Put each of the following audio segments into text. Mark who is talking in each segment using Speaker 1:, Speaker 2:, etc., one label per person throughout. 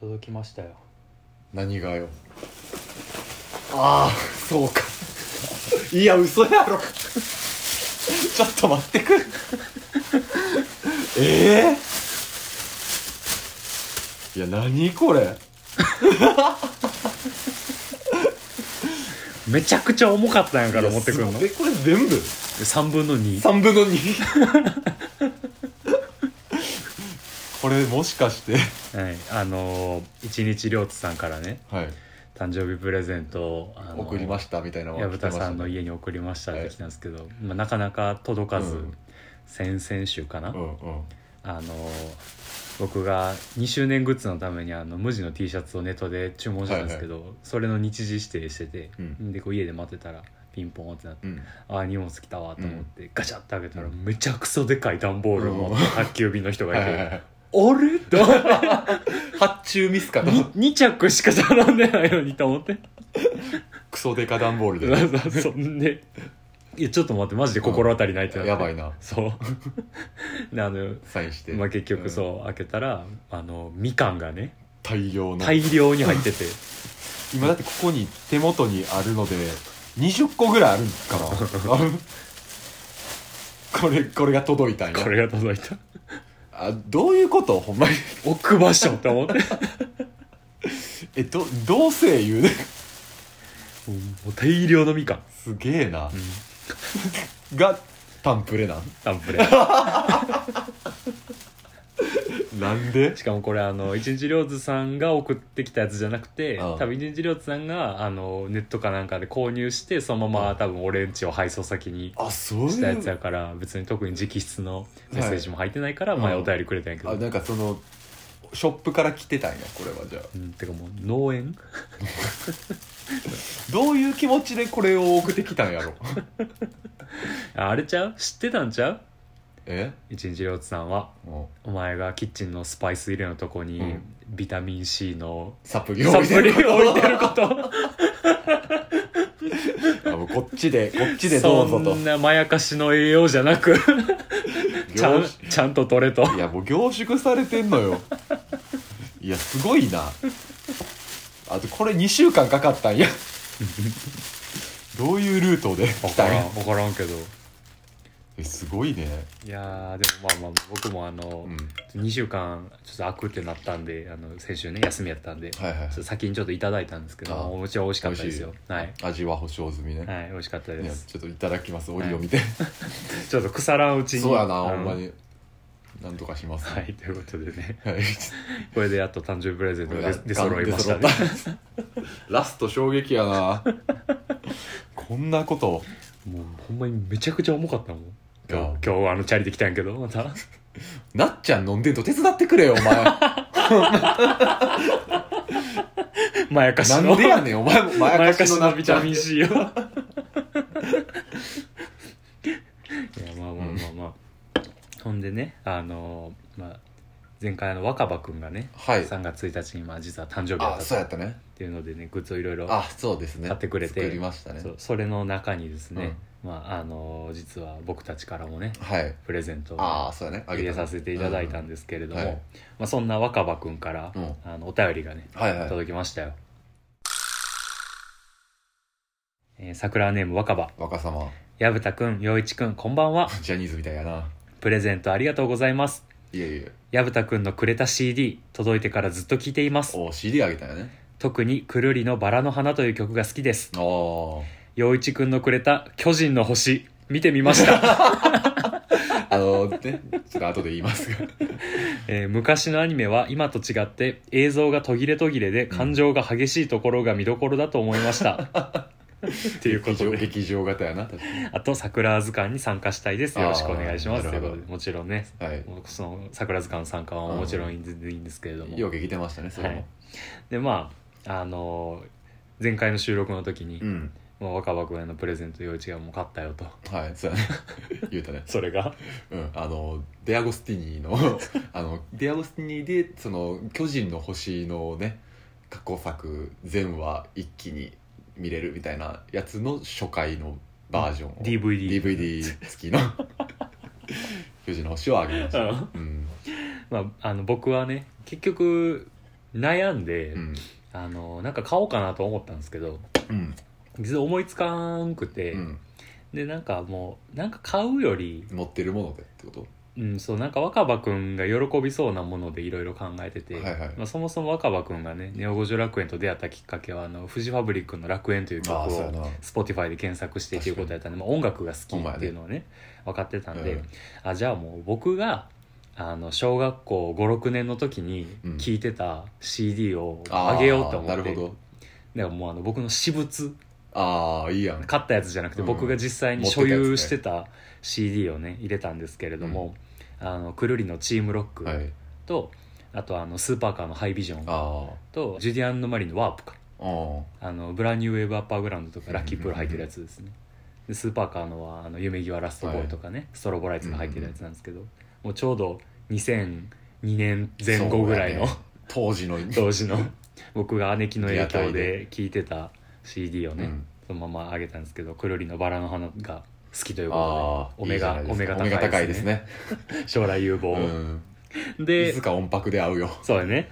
Speaker 1: 届きましたよ
Speaker 2: 何がよああそうかいや嘘やろちょっと待ってくれええいや何これ
Speaker 1: めちゃくちゃ重かったんやから持ってくるの
Speaker 2: いやえこれ全部
Speaker 1: 3分の2
Speaker 2: 3分の2これもしかして
Speaker 1: はいあのー一日涼太さんからね
Speaker 2: はい
Speaker 1: 誕生日プレゼントをあの
Speaker 2: 送りましたみたいなの
Speaker 1: 矢
Speaker 2: が来
Speaker 1: 蓋
Speaker 2: てました
Speaker 1: さんの
Speaker 2: ね
Speaker 1: 家に送りましたって来たんですけど、まあ、なかなか届かず、
Speaker 2: うん
Speaker 1: 先々週かな、
Speaker 2: うんうん
Speaker 1: あの僕が2周年グッズのためにあの無地の T シャツをネットで注文したんですけど、それの日時指定してて、
Speaker 2: うん
Speaker 1: でこう家で待ってたらピンポンってなって、
Speaker 2: うん
Speaker 1: ああ荷物来たわと思って、ガチャって開けたら
Speaker 2: うん
Speaker 1: めちゃくそでかい段ボールを持っ
Speaker 2: うん
Speaker 1: た宅急便の人がい
Speaker 2: は
Speaker 1: て
Speaker 2: いはいはい
Speaker 1: 「あれ?」と思って
Speaker 2: 発注ミス かと
Speaker 1: 2着しか並んでないのにと思って
Speaker 2: クソデカダンボールで
Speaker 1: そんでいやちょっと待ってマジで心当たりないって なって、
Speaker 2: やばいな
Speaker 1: そうであの、
Speaker 2: サインして、
Speaker 1: まあ、結局
Speaker 2: うん
Speaker 1: そう開けたらあのみかんがね
Speaker 2: 大量の
Speaker 1: 大量に入ってて
Speaker 2: 今だってここに手元にあるので20個ぐらいあるんかなあの これこれが届いたんや
Speaker 1: これが届いた
Speaker 2: あどういうことほんまに
Speaker 1: 置く場所と思っ ても
Speaker 2: えどどうせ言うね
Speaker 1: う大量のみかん、
Speaker 2: すげえな、 がタンプレなん
Speaker 1: タンプレ
Speaker 2: なんで
Speaker 1: しかもこれあの一日涼子さんが送ってきたやつじゃなくて
Speaker 2: ああ
Speaker 1: 多分一日涼子さんがあのネットかなんかで購入してそのまま多分俺んちを配送先に
Speaker 2: あそう
Speaker 1: した
Speaker 2: い
Speaker 1: やつや
Speaker 2: う
Speaker 1: から別に特に直筆のメッセージも入ってないから
Speaker 2: はい
Speaker 1: 前
Speaker 2: うん
Speaker 1: お便りくれたんやけど、
Speaker 2: あなんかそのショップから来てたんやこれはじゃあ
Speaker 1: うん、てかもう農園
Speaker 2: どういう気持ちでこれを送ってきたん やろ
Speaker 1: ああれちゃう知ってたんちゃう
Speaker 2: え
Speaker 1: 一日涼子さんは
Speaker 2: も
Speaker 1: お前がキッチンのスパイス入れのとこに
Speaker 2: うん
Speaker 1: ビタミン C の
Speaker 2: うサプリを
Speaker 1: サ
Speaker 2: 置いて
Speaker 1: プ
Speaker 2: る
Speaker 1: リを置いてること
Speaker 2: あもうこっちでこっちでどうぞ
Speaker 1: そ
Speaker 2: と
Speaker 1: んなまやかしの栄養じゃなくちゃん
Speaker 2: 凝縮
Speaker 1: ちゃんと取れと
Speaker 2: いやもう凝縮されてんのよいやすごいなあとこれ2週間かかったんやどういうルートで
Speaker 1: 分か
Speaker 2: 来たん
Speaker 1: ら
Speaker 2: や
Speaker 1: ん分からんけど
Speaker 2: えすごいね
Speaker 1: いやーでもまあまあ僕もあの、
Speaker 2: うん
Speaker 1: 2週間ちょっと開くってなったんであの先週ね休みやったんで、
Speaker 2: はいはい
Speaker 1: ちょっと先にちょっといただいたんですけど
Speaker 2: あ
Speaker 1: お餅は美味しかったですよ
Speaker 2: 美味
Speaker 1: は
Speaker 2: し
Speaker 1: い、
Speaker 2: 味は保証済みね、
Speaker 1: はい、美味しかった
Speaker 2: い
Speaker 1: で
Speaker 2: や
Speaker 1: す
Speaker 2: ちょっといただきます折を 見て、
Speaker 1: ちょっと腐らんうちに
Speaker 2: そうやな、
Speaker 1: あの
Speaker 2: ほんまになんとかします
Speaker 1: はいということでね
Speaker 2: はい
Speaker 1: これでやっと誕生日プレゼントが出出揃いましたね
Speaker 2: 出揃った ラスト衝撃やなこんなこと
Speaker 1: もうほんまにめちゃくちゃ重かったもん今
Speaker 2: あ
Speaker 1: 日今日あのチャリで来たんやけどまた
Speaker 2: なっちゃん飲んでんと手伝ってくれよお前
Speaker 1: まやかし
Speaker 2: な
Speaker 1: の
Speaker 2: んでやねんお前も
Speaker 1: ま
Speaker 2: ま
Speaker 1: や
Speaker 2: や
Speaker 1: か
Speaker 2: か
Speaker 1: し
Speaker 2: しの
Speaker 1: の
Speaker 2: な
Speaker 1: ビ
Speaker 2: っち
Speaker 1: タ
Speaker 2: ゃん
Speaker 1: ミン C をいやまあまあまあまあ、ほんでねあのまあ前回あの若葉くんがね、
Speaker 2: はい
Speaker 1: 3月1日にまあ実は誕生日だ
Speaker 2: あ
Speaker 1: っ
Speaker 2: そう
Speaker 1: た
Speaker 2: や
Speaker 1: っ
Speaker 2: ったね
Speaker 1: ていうのでねグッズをいろいろ
Speaker 2: あそうですね
Speaker 1: 買ってくれて
Speaker 2: 作りましたね
Speaker 1: そうそれの中にですね、まああの実は僕たちからもね
Speaker 2: はい
Speaker 1: プレゼントを
Speaker 2: ああそうやねあ
Speaker 1: 入れさせていただいたん
Speaker 2: で、
Speaker 1: ですけれども、
Speaker 2: うんはい
Speaker 1: まあ、そんな若葉くんから、
Speaker 2: うん
Speaker 1: あのお便りがね
Speaker 2: はいはい
Speaker 1: 届きましたよ、えー桜ネーム若葉
Speaker 2: 若様
Speaker 1: 矢蓋くん陽一くんこんばんは
Speaker 2: ジャニーズみたいやな
Speaker 1: プレゼントありがとうございます
Speaker 2: いえいえ
Speaker 1: 矢蓋くんのくれた CD 届いてからずっと聴いています
Speaker 2: お CD あげたんやね
Speaker 1: 特に「くるりのバラの花」という曲が好きです
Speaker 2: あー
Speaker 1: 陽一くんのくれた「巨人の星」見てみま した、
Speaker 2: あのね ちょっと後で言いますが
Speaker 1: えー昔のアニメは今と違って映像が途切れ途切れで感情が激しいところが見どころだと思いました、 っていうこ
Speaker 2: 劇
Speaker 1: と
Speaker 2: 場
Speaker 1: で
Speaker 2: 劇場型やな確かに
Speaker 1: あと桜図鑑に参加したいです
Speaker 2: あー
Speaker 1: よろしくお願いしますと
Speaker 2: ないる
Speaker 1: う
Speaker 2: ほ
Speaker 1: こ
Speaker 2: ど
Speaker 1: とでもちろんね
Speaker 2: はい
Speaker 1: もうその桜図鑑参加はもちろんいいんでいいんですけれども、
Speaker 2: よう聞てましたねそれも、
Speaker 1: はいでまああのー前回の収録の時に、
Speaker 2: うん
Speaker 1: もう若葉君へのプレゼント陽一がもう買ったよ と
Speaker 2: はいそうやね言うたね
Speaker 1: それが
Speaker 2: うん、あのデアゴスティ ニーのあのデアゴスティニーでその「巨人の星」のね過去作全話一気に見れるみたいなやつの初回のバージョンを
Speaker 1: DVD
Speaker 2: DVD 付き の「巨人の星」をあげました、うん
Speaker 1: まあ、あの僕はね結局悩んで、
Speaker 2: うん
Speaker 1: あのなんか買おうかなと思ったんですけど
Speaker 2: うん
Speaker 1: 実は思いつかんくて、
Speaker 2: うん
Speaker 1: でなんかもうなんか買うより、
Speaker 2: 持ってるものでってこと
Speaker 1: うん、そうなんか若葉くんが喜びそうなものでいろいろ考えてて、
Speaker 2: はいはい
Speaker 1: まあ、そもそも若葉くんがね「ネオ五条楽園」と出会ったきっかけはあのフジファブリックの「楽園」という曲
Speaker 2: ああそうや
Speaker 1: を
Speaker 2: な
Speaker 1: Spotify で検索してっていうことやったんで、まあ、音楽が好きっていうのをね分かってたんで、
Speaker 2: うん
Speaker 1: あじゃあもう僕があの小学校56年の時に聴いてた CD をあげようと思って、
Speaker 2: あーなるほど
Speaker 1: だからもうあの僕の私物
Speaker 2: ああいいやん
Speaker 1: 買ったやつじゃなくて、
Speaker 2: うん
Speaker 1: 僕が実際に
Speaker 2: 持って
Speaker 1: 所
Speaker 2: たやつね
Speaker 1: 有してた CD をね入れたんですけれども、あのくるりのチームロック
Speaker 2: はい
Speaker 1: と、あとあのスーパーカーのハイビジョン
Speaker 2: あ
Speaker 1: とジュディアン・マリーのワープか
Speaker 2: ああ
Speaker 1: あのブランニューウェーブアッパーグラウンドとかラッキープール入ってるやつですね、でスーパーカーのはあの夢際ラストボーイとかね、ストロボライツが入ってるやつなんですけど、もうちょうど2002年前後ぐらいの、
Speaker 2: そうやね当時の
Speaker 1: 当時の僕が姉貴の影
Speaker 2: リアタ
Speaker 1: 響
Speaker 2: イ
Speaker 1: で
Speaker 2: で
Speaker 1: 聴いてた CD をね、
Speaker 2: うん
Speaker 1: そのままあげたんですけどくるりのバラの花が好きという
Speaker 2: あ
Speaker 1: こ
Speaker 2: あ
Speaker 1: とでお目が
Speaker 2: いい
Speaker 1: お目
Speaker 2: じゃ
Speaker 1: が
Speaker 2: ないですかお目
Speaker 1: 高
Speaker 2: が高
Speaker 1: い
Speaker 2: い
Speaker 1: で
Speaker 2: ですす
Speaker 1: ね
Speaker 2: ね
Speaker 1: 将来有望、
Speaker 2: うんい
Speaker 1: で
Speaker 2: つか音泊で会うよ
Speaker 1: そうだね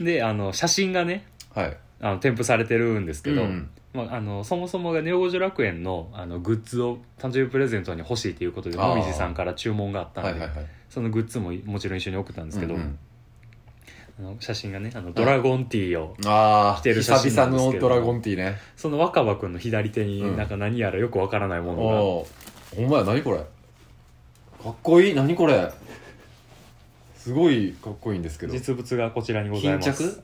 Speaker 1: であの写真がね
Speaker 2: はい
Speaker 1: あの添付されてるんですけど、
Speaker 2: うん
Speaker 1: まあ、あのそもそもがネオ五条楽園のあのグッズを誕生日プレゼントに欲しいということで
Speaker 2: あ
Speaker 1: も
Speaker 2: ー
Speaker 1: みじさんから注文があったん
Speaker 2: は
Speaker 1: で、
Speaker 2: いはいはい
Speaker 1: そのグッズももちろん一緒に送ったんですけど、
Speaker 2: うんうん
Speaker 1: あの写真がねあのドラゴンティーを
Speaker 2: ああ
Speaker 1: 着てる写真
Speaker 2: 久
Speaker 1: なんですけど
Speaker 2: 々のドラゴンティーね
Speaker 1: その若葉君の左手
Speaker 2: う
Speaker 1: に
Speaker 2: ん
Speaker 1: なんか何やらよくわからないも
Speaker 2: お
Speaker 1: のが、
Speaker 2: おーほんまや何これかっこいい何これすごいかっこいいんですけど
Speaker 1: 実物がこちらにございます
Speaker 2: 巾着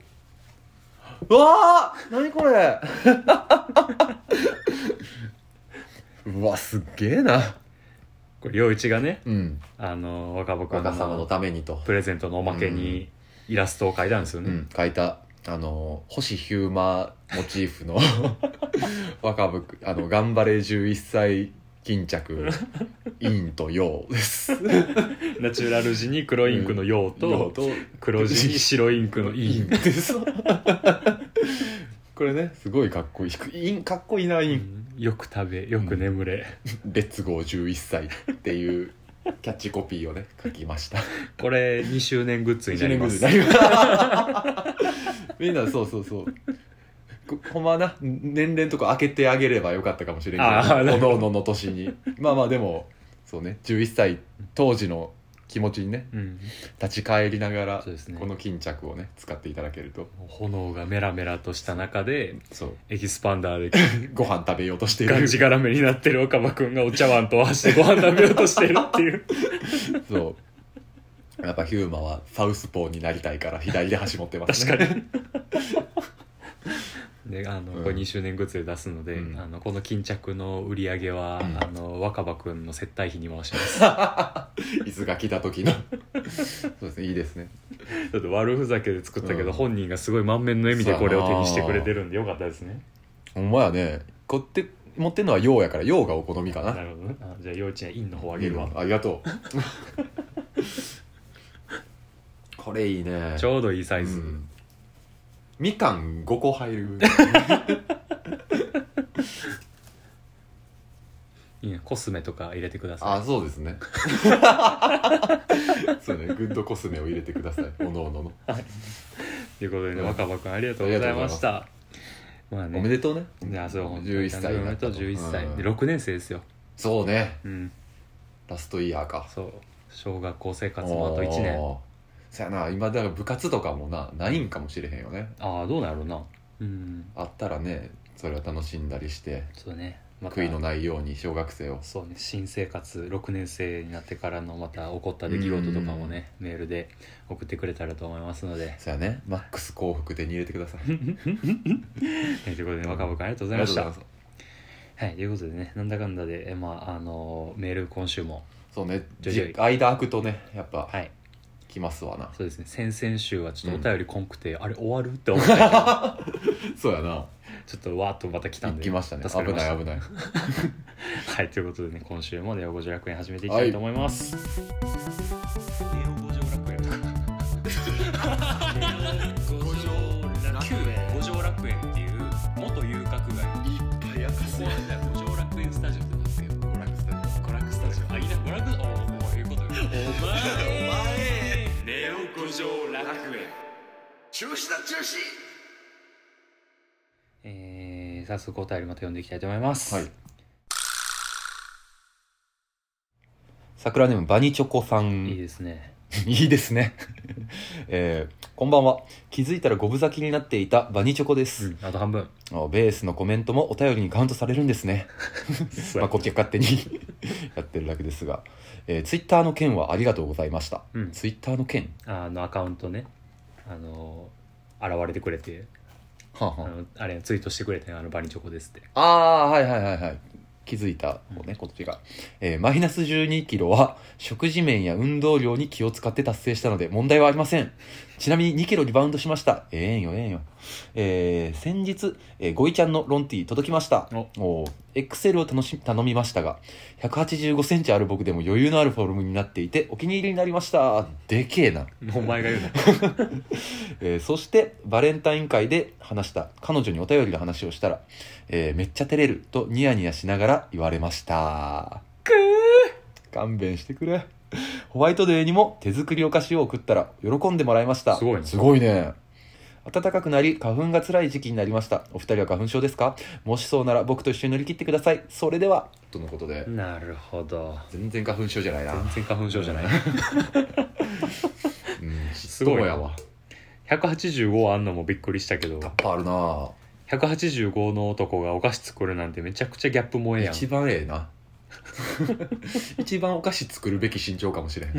Speaker 2: うわー何これ うわすっげえな
Speaker 1: これ陽一がね
Speaker 2: うん
Speaker 1: あの若葉君
Speaker 2: 若様の
Speaker 1: の
Speaker 2: ためにと
Speaker 1: プレゼントのおまけにイラストを描いたんですよ
Speaker 2: う
Speaker 1: ね、
Speaker 2: ん、書いたあの星ヒューマーモチーフの 若ぶくあの頑張れ11歳巾着陰と陽です
Speaker 1: ナチュラル地に黒インクの陽と
Speaker 2: と
Speaker 1: 黒地に白インクの陰
Speaker 2: 陰 ですこれねすごいかっこいい陰かっこいいな陰
Speaker 1: よく食べよく眠れ、
Speaker 2: レッツゴー11歳っていうキャッチコピーをね書きました
Speaker 1: これ2周年グッズになります
Speaker 2: 一年後になります みんなそうそうそうこほんまはな年齢のとか開けてあげればよかったかもしれん
Speaker 1: あー
Speaker 2: け
Speaker 1: なる
Speaker 2: どお
Speaker 1: ほど
Speaker 2: のおのの年にまあまあでもそうね11歳当時の気持ちにね
Speaker 1: うん、
Speaker 2: 立ち返りながら
Speaker 1: そうですね
Speaker 2: この巾着をね使っていただけると
Speaker 1: 炎がメラメラとした中で
Speaker 2: そう
Speaker 1: エキスパンダーで
Speaker 2: ご飯食べようとしてい
Speaker 1: がん
Speaker 2: る
Speaker 1: じがらめになってる岡場くんがお茶碗とわしてご飯食べようとしてるって いう
Speaker 2: そうやっぱヒューマはサウスポーになりたいから左で箸持ってます
Speaker 1: 確
Speaker 2: ね
Speaker 1: かに であの、
Speaker 2: うん
Speaker 1: これ2周年グッズで出すので、
Speaker 2: うん
Speaker 1: あのこの巾着の売り上げは、
Speaker 2: うん
Speaker 1: あの若葉くんの接待費に回します
Speaker 2: いつが来た時のそうですねいいですね
Speaker 1: ちょっと悪ふざけで作ったけど、
Speaker 2: うん
Speaker 1: 本人がすごい満面の笑みでこれを手にしてくれてるんでよかったですね
Speaker 2: ほんまやねこって持ってんのは陽やから陽がお好みか
Speaker 1: な
Speaker 2: な
Speaker 1: るほどねあじゃあ幼稚園院の方あげるわ、
Speaker 2: うんありがと うこれいいね
Speaker 1: ちょうどいいサイズ、
Speaker 2: うんみかん5個入る
Speaker 1: いいねコスメとか入れてくださ
Speaker 2: あそうで すねそうねグッドコスメを入れてくださいおのおのの
Speaker 1: いということでね、
Speaker 2: うん
Speaker 1: 若葉くんありがとうございましたまあ
Speaker 2: おめ
Speaker 1: ね
Speaker 2: でとうね
Speaker 1: いやそう本当に
Speaker 2: 11歳
Speaker 1: お
Speaker 2: に
Speaker 1: め
Speaker 2: な
Speaker 1: で
Speaker 2: った
Speaker 1: とう
Speaker 2: と
Speaker 1: 11歳、
Speaker 2: うん
Speaker 1: で6年生ですよ
Speaker 2: そうね
Speaker 1: うん
Speaker 2: ラストイヤーか
Speaker 1: そう小学校生活もあと1年
Speaker 2: おーそやな今だから部活とかもなないんかもしれへんよね
Speaker 1: ああどうなんやろうなうん
Speaker 2: あったらねそれは楽しんだりして
Speaker 1: そうねまた
Speaker 2: 悔いのないように小学生を
Speaker 1: そうね新生活6年生になってからのまた起こった出来事とかもねメールで送ってくれたらと思いますの で
Speaker 2: そうやねマックス幸福手に入れてくださいあり
Speaker 1: ということで若葉くんありがとうございましたはいということでねなんだかんだでえまああのメール今週も
Speaker 2: そうね
Speaker 1: ちょいちょい
Speaker 2: じ間空くとねやっぱ
Speaker 1: はい
Speaker 2: 来ますわな、
Speaker 1: そうですね先々週はちょっとお便りこんくて、あれ終わるって思ったけど
Speaker 2: そうやな
Speaker 1: ちょっとわーっとまた来たん
Speaker 2: 行
Speaker 1: で
Speaker 2: きましたね
Speaker 1: 助か
Speaker 2: 危
Speaker 1: りまし
Speaker 2: な
Speaker 1: た
Speaker 2: い危ない
Speaker 1: はいということでね今週もネオ五条楽園始めていきたいと思います、ネオ五条楽園五条楽園五条楽園っていう元遊郭街
Speaker 2: いや
Speaker 1: ここはね五条楽園スタジオってなってる娯楽スタジオあいいな娯楽おおおいうことお前お前ネオ五条楽園
Speaker 2: 中止だ中止
Speaker 1: えー、早速お便りまた読んでいきたいと思います、
Speaker 2: はい
Speaker 3: 桜ネームバニチョコさん
Speaker 1: いいですね
Speaker 3: いいです ね、えーこんばんは気づいたら五分咲きになっていたバニチョコで
Speaker 1: う
Speaker 3: す、
Speaker 1: んあと半分
Speaker 3: あベースのコメントもお便りにカウントされるんですねまあこっちが勝手に やってるだけですが、えー、ツイッターの件はありがとうございました、
Speaker 1: うん
Speaker 3: ツイッターの件
Speaker 1: あのアカウントねあの現れてくれて
Speaker 3: はあ
Speaker 1: あ
Speaker 3: は
Speaker 1: のあれツイートしてくれてあのバニチョコですって
Speaker 3: ああーはいはいはいはい気づいた方ね、こっちが、えーマイナス1 2キロは食事面や運動量に気を使って達成したので問題はありませんちなみに2キロリバウンドしましたええんよええんよえー先日、えーゴイちゃんのロンティー届きましたおーエクセルを楽し頼みましたが1 8 5センチある僕でも余裕のあるフォルムになっていてお気に入りになりましたでけえな
Speaker 1: お前が言うな
Speaker 3: えーそしてバレンタイン会で話した彼女にお便りの話をしたら、えーめっちゃ照れるとニヤニヤしながら言われました勘弁してくれホワイトデーにも手作りお菓子を送ったら喜んでもらいました
Speaker 1: すごいね
Speaker 3: すごいね暖かくなり花粉が辛い時期になりましたお二人は花粉症ですかもしそうなら僕と一緒に乗り切ってくださいそれでは
Speaker 2: とのことで
Speaker 1: なるほど
Speaker 2: 全然花粉症じゃないな
Speaker 1: 全然花粉症じゃない
Speaker 2: うんす
Speaker 1: ごい
Speaker 2: ごいやわ
Speaker 1: 185あんのもびっくりしたけど
Speaker 2: タッパーあるな
Speaker 1: 185の男がお菓子作るなんてめちゃくちゃギャップ萌えやん
Speaker 2: 一番ええ な一番お菓子作るべき身長かも しれん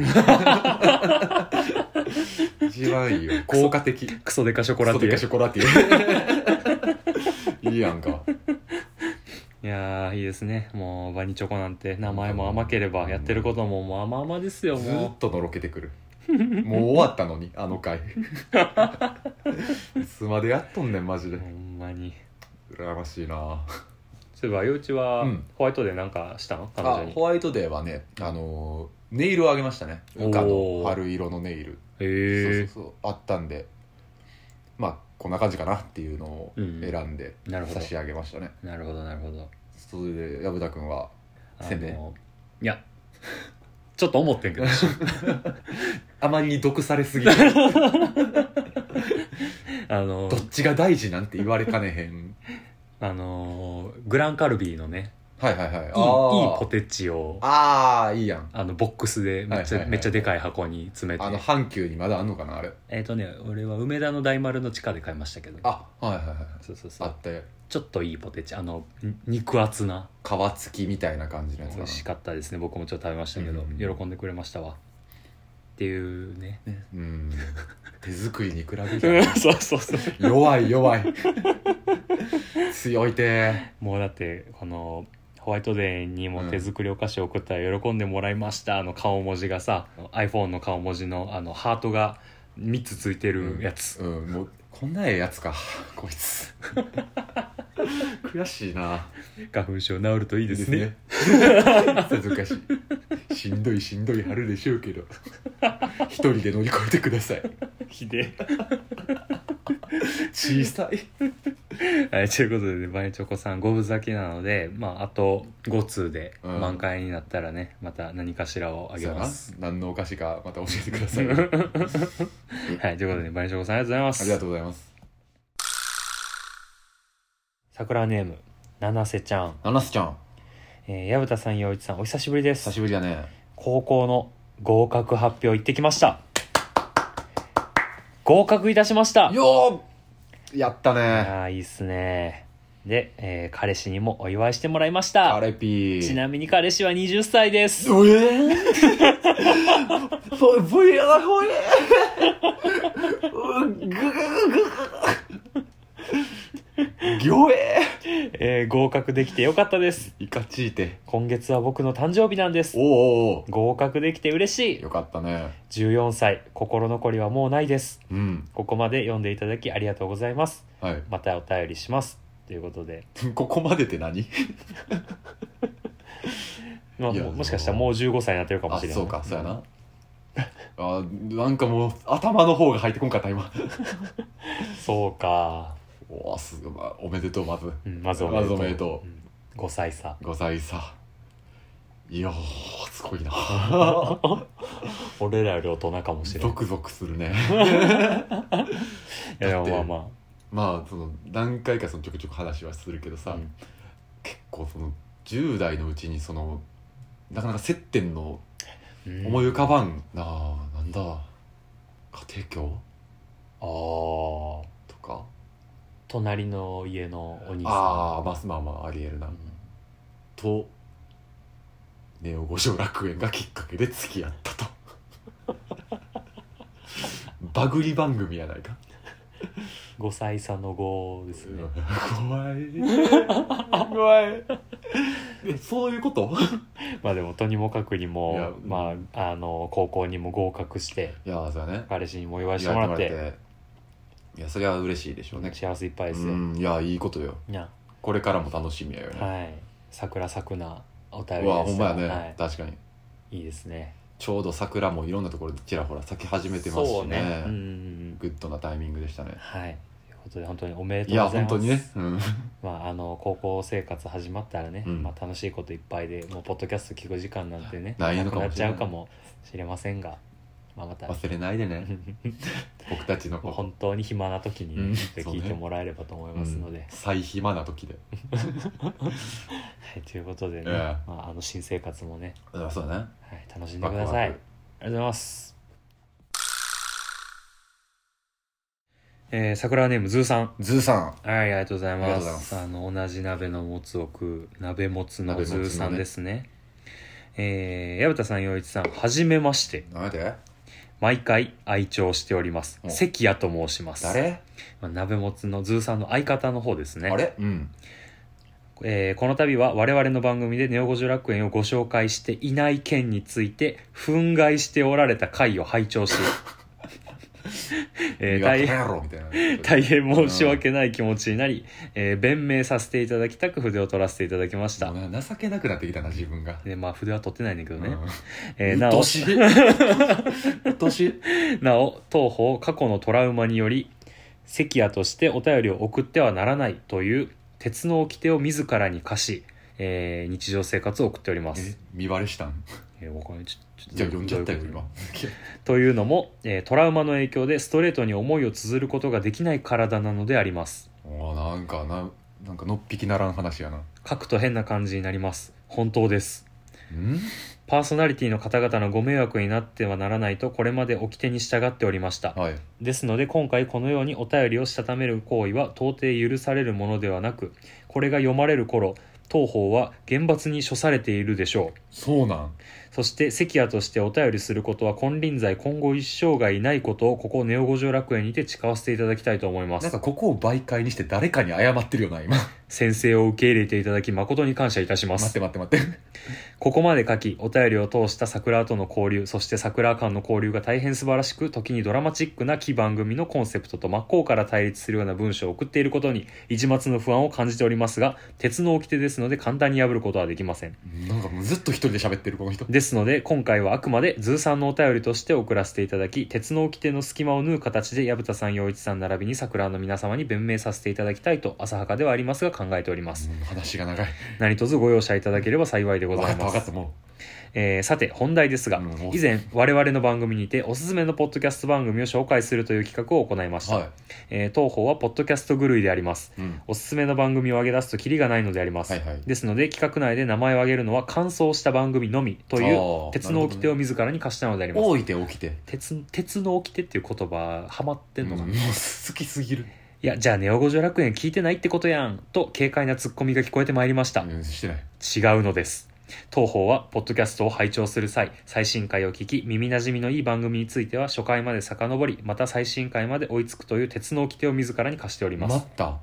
Speaker 2: 一番いいよ効果的
Speaker 1: クソデカショコラティエ
Speaker 2: ショコラティエいいやんか
Speaker 1: いやーいいですねもうバニチョコなんて名前も甘ければやってることももう甘々ですよ
Speaker 2: ずーっ
Speaker 1: も
Speaker 2: とのろけてくるもう終わったのにあの回いつまでやっとんねんマジ
Speaker 1: う
Speaker 2: で
Speaker 1: ほんまに
Speaker 2: 羨ましいな
Speaker 1: そういえば陽一は
Speaker 2: うん
Speaker 1: ホワイトデーなんかしたの彼
Speaker 2: あ
Speaker 1: 女に
Speaker 2: ホワイトデーはねあのーネイルをあげましたね
Speaker 1: おー
Speaker 2: ウカの春色のネイル
Speaker 1: へえ
Speaker 2: そうそうそうあったんでまあこんな感じかなっていうのを
Speaker 1: うん
Speaker 2: 選んで
Speaker 1: なるほ
Speaker 2: 差
Speaker 1: ど
Speaker 2: し上げましたね、
Speaker 1: なるほどなるほど
Speaker 2: それで薮田君は
Speaker 1: あの
Speaker 2: せんべい
Speaker 1: いやちょっと思って んけど
Speaker 2: あまりに毒されすぎるど
Speaker 1: あの
Speaker 2: っちが大事なんて言われかねへん
Speaker 1: あのグランカルビーのね
Speaker 2: はいはいはい
Speaker 1: いいいい
Speaker 2: あ
Speaker 1: ポテチを
Speaker 2: ああーいいやん
Speaker 1: あのボックスでめっち
Speaker 2: はいはいは
Speaker 1: ゃ
Speaker 2: い
Speaker 1: めっちゃでかい箱に詰めて
Speaker 2: あの阪急にまだあんのかなあれ
Speaker 1: えっ、とね俺は梅田の大丸の地下で買いましたけど
Speaker 2: あはいはいはい
Speaker 1: そうそうそ
Speaker 2: あ
Speaker 1: う
Speaker 2: って
Speaker 1: ちょっといいポテチあのん肉厚な
Speaker 2: 皮付きみたいな感じのやつ
Speaker 1: 美
Speaker 2: かな
Speaker 1: 味しかったですね僕もちょっと食べましたけど、
Speaker 2: うん
Speaker 1: 喜んでくれましたわっていう ね
Speaker 2: うん手作りに比べ
Speaker 1: う
Speaker 2: る
Speaker 1: んそうそうそう
Speaker 2: 弱い弱 い強いて
Speaker 1: もうだってこのホワイトデーにも手作りお菓子を送ったら喜んでもらいましたの顔文字がさ iPhone の顔文字のあのハートが3つついてるやつ、
Speaker 2: うん、もうこんなええやつか こいつ悔しいな
Speaker 1: 花粉症治るといい
Speaker 2: い
Speaker 1: ですね
Speaker 2: さぞかししんどいしんどい春でしょうけど一人で乗り越えてください
Speaker 1: ひで
Speaker 2: 小さい
Speaker 1: え はいということでねバニチョコさん五分咲きなので、まあ、あと5通で
Speaker 2: うん
Speaker 1: 満開になったらね、また何かしらをあげます
Speaker 2: さあな何のお菓子かまた教えてくださいあ
Speaker 1: はい、ということで、バニショコさんありがとうございます。
Speaker 2: りがとうございます
Speaker 1: 桜ネーム、七瀬ちゃん、
Speaker 2: ナナスちゃん
Speaker 1: えー、矢蓋さん、陽一さん、お久しぶりです。
Speaker 2: 久しぶりだね
Speaker 1: 高校の合格発表行ってきました。合格いたしました。
Speaker 2: よーやったね
Speaker 1: ああ、いいっすね。で、えー彼氏にもお祝いしてもらいまし
Speaker 2: あ
Speaker 1: た。
Speaker 2: れピー
Speaker 1: ちなみに彼氏は20歳です。
Speaker 2: うえーほぶやだほえぐぐぐぐ行え
Speaker 1: えー合格できてよかったです。
Speaker 2: いかちいて
Speaker 1: 今月は僕の誕生日なんです。
Speaker 2: おお
Speaker 1: 合格できて嬉しい
Speaker 2: よ。かったね
Speaker 1: 14歳、心残りはもうないです。
Speaker 2: うん
Speaker 1: ここまで読んでいただきありがとうございます。
Speaker 2: はい
Speaker 1: またお便りします。ということで、
Speaker 2: ここまでって何
Speaker 1: まあ、
Speaker 2: いや
Speaker 1: ももしかしたらもう15歳になってるかも
Speaker 2: あ
Speaker 1: しれない。
Speaker 2: そうかそうやなあなんかもう頭の方が入ってこんかった今
Speaker 1: そうか。
Speaker 2: おーすごいまあおめでとうまず
Speaker 1: うん、まずおめでとう。
Speaker 2: まずおめでとうん
Speaker 1: 5歳差。
Speaker 2: 5歳差いやーすごいな
Speaker 1: 俺らより大人かもしれない。
Speaker 2: ゾクゾクするね
Speaker 1: いや
Speaker 2: だって
Speaker 1: まあま
Speaker 2: まあその何回かそのちょくちょく話はするけどさ、
Speaker 1: うん
Speaker 2: 結構その10代のうちにそのなかなか接点の
Speaker 1: あ、
Speaker 2: 思い
Speaker 1: い
Speaker 2: 浮かばんなあなんだ家庭教
Speaker 1: あー
Speaker 2: とか
Speaker 1: 隣の家のお兄さん
Speaker 2: ああまあまあまあありえるな、とネオ五条楽園がきっかけで付き合った とバグり番組やないか
Speaker 1: 5歳差の子ですね、
Speaker 2: 怖い 怖いえそういうこと
Speaker 1: まあでもとにもかくに
Speaker 2: いや
Speaker 1: も、まあ、あの高校にも合格して
Speaker 2: いやーそうだね
Speaker 1: 彼氏にもお祝いしてもらって
Speaker 2: いやそれは嬉しいでしょうね
Speaker 1: 幸せいっぱいです
Speaker 2: う
Speaker 1: よ、
Speaker 2: んいやいいことよ
Speaker 1: いや
Speaker 2: これからも楽しみやよね、
Speaker 1: はい桜咲くなお便り
Speaker 2: うわほ
Speaker 1: で
Speaker 2: ん
Speaker 1: す
Speaker 2: まやね、
Speaker 1: はい
Speaker 2: 確かに
Speaker 1: いいですね
Speaker 2: ちょうど桜もいろんなところでちらほら咲き始めてますし
Speaker 1: そう
Speaker 2: ね
Speaker 1: ねうんうんうん
Speaker 2: グッドなタイミングでしたね
Speaker 1: はいということで本当におめで
Speaker 2: い
Speaker 1: とう
Speaker 2: や
Speaker 1: ござい
Speaker 2: 本
Speaker 1: ます
Speaker 2: 当にね、うん、
Speaker 1: まあ、あの高校生活始まったらね、
Speaker 2: うん
Speaker 1: まあ、楽しいこといっぱいでもうポッドキャスト聞く時間なんてね
Speaker 2: ない
Speaker 1: く
Speaker 2: のか
Speaker 1: な
Speaker 2: も
Speaker 1: っ
Speaker 2: し
Speaker 1: ち
Speaker 2: れ
Speaker 1: ゃ
Speaker 2: な
Speaker 1: う
Speaker 2: い
Speaker 1: かもしれませんが、まあ、また
Speaker 2: 忘れないでね 僕たちのこ
Speaker 1: 本当に暇な時に、ね
Speaker 2: うん
Speaker 1: ちょっと聞い
Speaker 2: そう
Speaker 1: て
Speaker 2: ね
Speaker 1: もらえればと思いうますので、
Speaker 2: ん最暇な時で、
Speaker 1: はい、ということでね、
Speaker 2: ええ
Speaker 1: まあ、あの新生活もね、
Speaker 2: うん、そうだね
Speaker 1: はい、楽しんでください。あ
Speaker 2: ワクワ
Speaker 1: り
Speaker 2: ク
Speaker 1: がとうございます。えー、桜ネームズーさん
Speaker 3: ズーさん
Speaker 1: はいありがとうござい
Speaker 2: あり
Speaker 1: ま
Speaker 2: がとう
Speaker 1: す
Speaker 2: ご
Speaker 1: あ
Speaker 2: ざいます
Speaker 1: の同じ鍋のもつを食う鍋もつの
Speaker 2: 鍋もつ
Speaker 1: ズ
Speaker 2: のね
Speaker 1: ーさんですねえー矢蓋さん陽一さんはじめまして
Speaker 2: なんで
Speaker 1: 毎回愛聴しております
Speaker 2: お
Speaker 1: 関谷と申します
Speaker 2: 誰、
Speaker 1: まあ鍋もつのズーさんの相方の方ですね
Speaker 2: あれうん
Speaker 1: えーこの度は我々の番組でネオ五条楽園をご紹介していない件について憤慨しておられた回を拝 聴し、えー
Speaker 2: 見
Speaker 1: 大
Speaker 2: 分け
Speaker 1: 変
Speaker 2: やろみたいな
Speaker 1: 大変申し訳ない気持ちになり、えー弁明させていただきたく筆を取らせていただきました
Speaker 2: もうな情けなくなってきたな自分が
Speaker 1: でまあ筆は取ってないんだけどね、
Speaker 2: うん
Speaker 1: えー
Speaker 2: う
Speaker 1: な
Speaker 2: っ
Speaker 1: お
Speaker 2: とうし いうっとうしい
Speaker 1: なお当方過去のトラウマにより関谷としてお便りを送ってはならないという鉄の掟を自らに課し、えー日常生活を送っておりま
Speaker 2: え
Speaker 1: す、
Speaker 2: 見バレした ん
Speaker 1: えーわかんないちょちょ
Speaker 2: じゃあ呼んじゃったよ今
Speaker 1: というのも、えートラウマの影響でストレートに思いを綴ることができない体なのであります
Speaker 2: おーなんかななんかのっぴきならん話やな
Speaker 1: 書くと変な感じになります本当です
Speaker 2: うん
Speaker 1: パーソナリティの方々のご迷惑になってはならないとこれまで掟に従っておりました
Speaker 2: はい
Speaker 1: ですので今回このようにお便りをしたためる行為は到底許されるものではなくこれが読まれる頃当方は厳罰に処されているでしょう
Speaker 2: そうなん
Speaker 1: そして関谷としてお便りすることは金輪際今後一生涯ないことをここネオ五条楽園にて誓わせていただきたいと思いま
Speaker 2: なん
Speaker 1: す
Speaker 2: かここを媒介にして誰かに謝ってるよ な今
Speaker 1: 先生を受け入れていただき誠に感謝いたしま
Speaker 2: 待っ
Speaker 1: す
Speaker 2: て待って待って
Speaker 1: ここまで書きお便りを通した桜との交流そして桜間の交流が大変素晴らしく時にドラマチックな木番組のコンセプトと真っ向から対立するような文章を送っていることに一抹の不安を感じておりますが鉄の掟ですので簡単に破ることはできません
Speaker 2: なんかもうずっと一人で喋ってるこの人
Speaker 1: ですので今回はあくまでズーさんのお便りとして送らせていただき鉄の掟の隙間を縫う形で薮田さん陽一さん並びに桜の皆様に弁明させていただきたいと浅はかではありますが考えております
Speaker 2: うん話が長い
Speaker 1: 何卒ご容赦いただければ幸いでご
Speaker 2: 分か
Speaker 1: ざ
Speaker 2: っ
Speaker 1: い
Speaker 2: た
Speaker 1: ま
Speaker 2: 分
Speaker 1: す
Speaker 2: かったも
Speaker 1: えーさて本題ですが、
Speaker 2: うん
Speaker 1: 以前我々の番組にておすすめのポッドキャスト番組を紹介するという企画を行いまし
Speaker 2: う
Speaker 1: た、
Speaker 2: は
Speaker 1: えー当方はポッドキャスト狂いであります
Speaker 2: い、うん、
Speaker 1: おすすめの番組を挙げ出すとキリがないのであります、
Speaker 2: はいはい
Speaker 1: ですので企画内で名前を挙げるのは完走した番組のみとい
Speaker 2: あ
Speaker 1: う
Speaker 2: ー
Speaker 1: 鉄の掟を自らに課したのであります、
Speaker 2: 大いて起きて
Speaker 1: 鉄鉄の掟っていう言葉ハマってんのかな、
Speaker 2: うん
Speaker 1: い
Speaker 2: もう好きすぎる
Speaker 1: やじゃあネオ五条楽園聞いてないってことやんと軽快なツッコミが聞こえてまいりました、
Speaker 2: うんしてな
Speaker 1: 違
Speaker 2: い
Speaker 1: うのです当方はポッドキャストを拝聴する際最新回を聞き耳なじみのいい番組については初回まで遡りまた最新回まで追いつくという鉄の掟を自らに課しております、
Speaker 2: 待った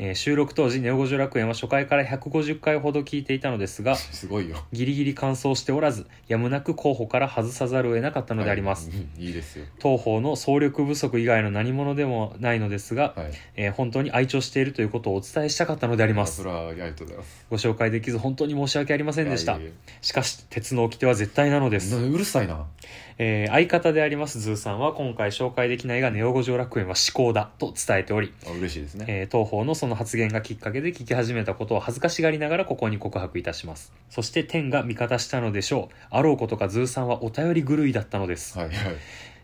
Speaker 1: えー収録当時ネオ五条楽園は初回から150回ほど聞いていたのですが
Speaker 2: すごいよ
Speaker 1: ギリギリ完走しておらずやむなく候補から外さざるを得なかったのであります、
Speaker 2: はいうんいいですよ
Speaker 1: 当方の総力不足以外の何者でもないのですが、
Speaker 2: はい
Speaker 1: えー本当に愛聴しているということをお伝えしたかったのでありま
Speaker 2: そ
Speaker 1: す
Speaker 2: れはありがとうございます
Speaker 1: ご紹介できず本当に申し訳ありませんでした
Speaker 2: いやいやい
Speaker 1: しかし鉄の掟は絶対なので
Speaker 2: や
Speaker 1: す、
Speaker 2: なうるさいな
Speaker 1: えー相方でありますズーさんは今回紹介できないがネオ五条楽園は至高だと伝えており、
Speaker 2: あ嬉しいですね
Speaker 1: えー当方のその発言がきっかけで聞き始めたことを恥ずかしがりながらここに告白いたしますそして天が味方したのでしょうあろうことかズーさんはお便り狂いだったのです、
Speaker 2: はいはい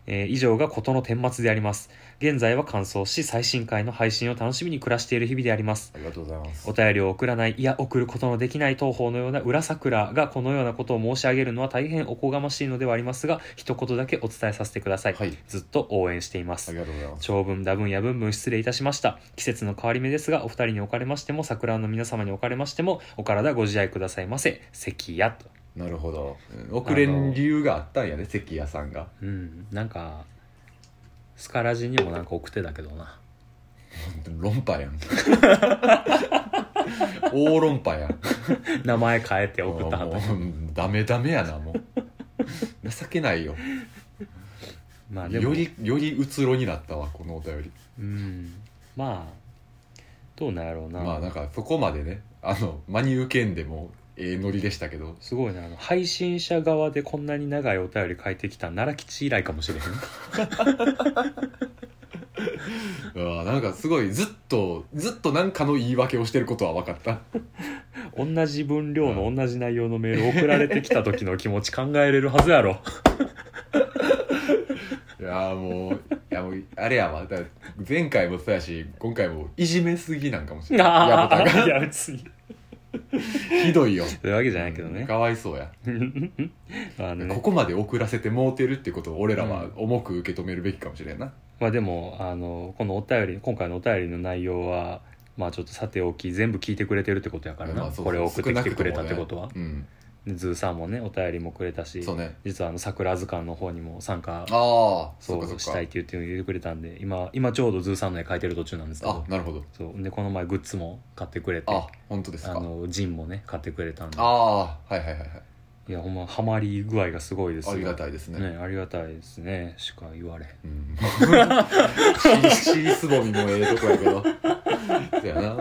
Speaker 1: えー以上がことの顛末であります現在は完走し最新回の配信を楽しみに暮らしている日々であります
Speaker 2: ありがとうございます
Speaker 1: お便りを送らないいや送ることのできない当方のような裏桜がこのようなことを申し上げるのは大変おこがましいのではありますが一言だけお伝えさせてください、
Speaker 2: はい
Speaker 1: ずっと応援していま
Speaker 2: あ
Speaker 1: す
Speaker 2: りがとうございます
Speaker 1: 長文多文や文文失礼いたしました季節の変わり目ですがお二人におかれましても桜の皆様におかれましてもお体ご自愛くださいませ関谷と
Speaker 2: なるほどうん遅れん理由があったんやね関谷さんが
Speaker 1: うんなんかスカラジにもなんか送ってたけどな
Speaker 2: 論破 やん大論破やん
Speaker 1: 名前変えて送ったは
Speaker 2: も
Speaker 1: ず
Speaker 2: ううんダメダメやなもう情けないよ
Speaker 1: まあでも
Speaker 2: よりよりうつろになったわこのお便り
Speaker 1: うんまあどうなんやろうな、
Speaker 2: まあなんかそこまでねあの真に受けんでもええノリでしたけど
Speaker 1: すごいねあの配信者側でこんなに長いお便り書いてきた奈良吉以来かもしれへん
Speaker 2: あなんかすごいずっとずっとなんかの言い訳をしてることは分かった
Speaker 1: 同じ分量の同じ内容のメール送られてきた時の気持ち考え れるはずやろ
Speaker 2: いやーもういやもうあれやわだから前回もそうやし今回もいじめすぎなんかもしれない矢
Speaker 1: あ
Speaker 2: 端
Speaker 1: あい
Speaker 2: が
Speaker 1: や別に
Speaker 2: ひどいよ
Speaker 1: そういうわけじゃないけどね
Speaker 2: かわいそうや、
Speaker 1: あの
Speaker 2: こ
Speaker 1: ね
Speaker 2: こまで遅らせてもうてるってことを俺らは重く受け止めるべきかもしれんな、
Speaker 1: まあでもあのこのお便り今回のお便りの内容はまあちょっとさておき全部聞いてくれてるってことやからな、
Speaker 2: まあそうそう
Speaker 1: これを送ってきてくれたってことは、
Speaker 2: うん
Speaker 1: でズーさんもねお便りもくれたし、
Speaker 2: そうね
Speaker 1: 実はあの桜図鑑の方にも参加
Speaker 2: ああ
Speaker 1: そ
Speaker 2: そううかそうか
Speaker 1: したいって言って言ってくれたんで今今ちょうどズーさんの絵描いてる途中なんですけ
Speaker 2: あ
Speaker 1: ど
Speaker 2: なるほど
Speaker 1: そうでこの前グッズも買ってくれて
Speaker 2: あ本当です
Speaker 1: あ
Speaker 2: か
Speaker 1: のジンもね買ってくれたんで
Speaker 2: ああはいはいはいはい
Speaker 1: いやほんまハマり具合がすごいですよ
Speaker 2: ありがたいですね
Speaker 1: ねありがたいですねしか言われへん
Speaker 2: うん ししりすぼみもええとこやけどそやな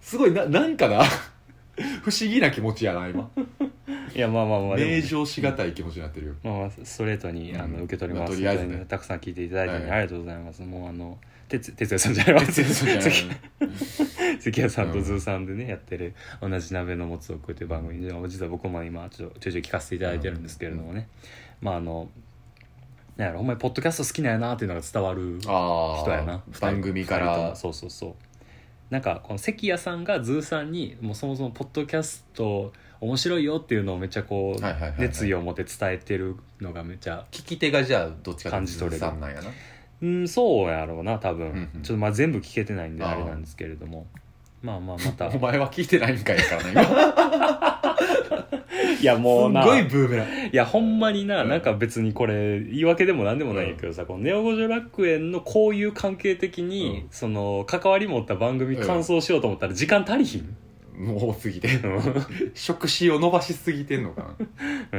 Speaker 2: すごいななんかな 不思議な気持ちや な今
Speaker 1: いやまあまあまあでも
Speaker 2: 名状しがたい気持ちになってるよ
Speaker 1: まあまあストレートに
Speaker 2: うん
Speaker 1: あの受け取ります、
Speaker 2: まあとりあえずね
Speaker 1: 本当にたくさん聞いていただいて、ね
Speaker 2: はい
Speaker 1: ありがとうございますもうあの哲哲也さんじゃないわ
Speaker 2: 哲也さんじゃ ない
Speaker 1: 関関谷さんとズーさんでね、やってる「同じ鍋のもつを食う」という番組で実は僕も今ちょっとちょいちょい聞かせていただいてるんですけれどもね、まああのなんやろほんまにポッドキャスト好きなんやなっていうのが伝わる
Speaker 2: ああ
Speaker 1: 人やな
Speaker 2: 番組か
Speaker 1: 二人とも
Speaker 2: ら
Speaker 1: そうそうそうなんかこの関谷さんがズーさんにもうそもそもポッドキャスト面白いよっていうのをめっちゃこう、
Speaker 2: はいはいはいはい
Speaker 1: 熱意を持って伝えてるのがめっちゃ
Speaker 2: 聞き手がじゃあどっちか
Speaker 1: 感じ取れる
Speaker 2: さんなんやな
Speaker 1: うんそうやろうな多分、
Speaker 2: んうん
Speaker 1: ちょっとまあ全部聞けてないんで
Speaker 2: あ
Speaker 1: あ
Speaker 2: あ
Speaker 1: れなんですけれどもまあまあまた
Speaker 2: お前は聞いてないんかいやからな
Speaker 1: いや
Speaker 2: 今
Speaker 1: もう
Speaker 2: す
Speaker 1: な
Speaker 2: っ ごいブーメラン
Speaker 1: いやほんまにな
Speaker 2: うん
Speaker 1: なんか別にこれ言い訳でも何でもないんやけどさ、このネオ五条楽園のこういう関係的に、
Speaker 2: うん
Speaker 1: その関わり持った番組
Speaker 2: うん
Speaker 1: 完走しようと思ったら時間足りひん、
Speaker 2: もう多すぎ て
Speaker 1: うん
Speaker 2: 触手を伸ばしすぎてんのかな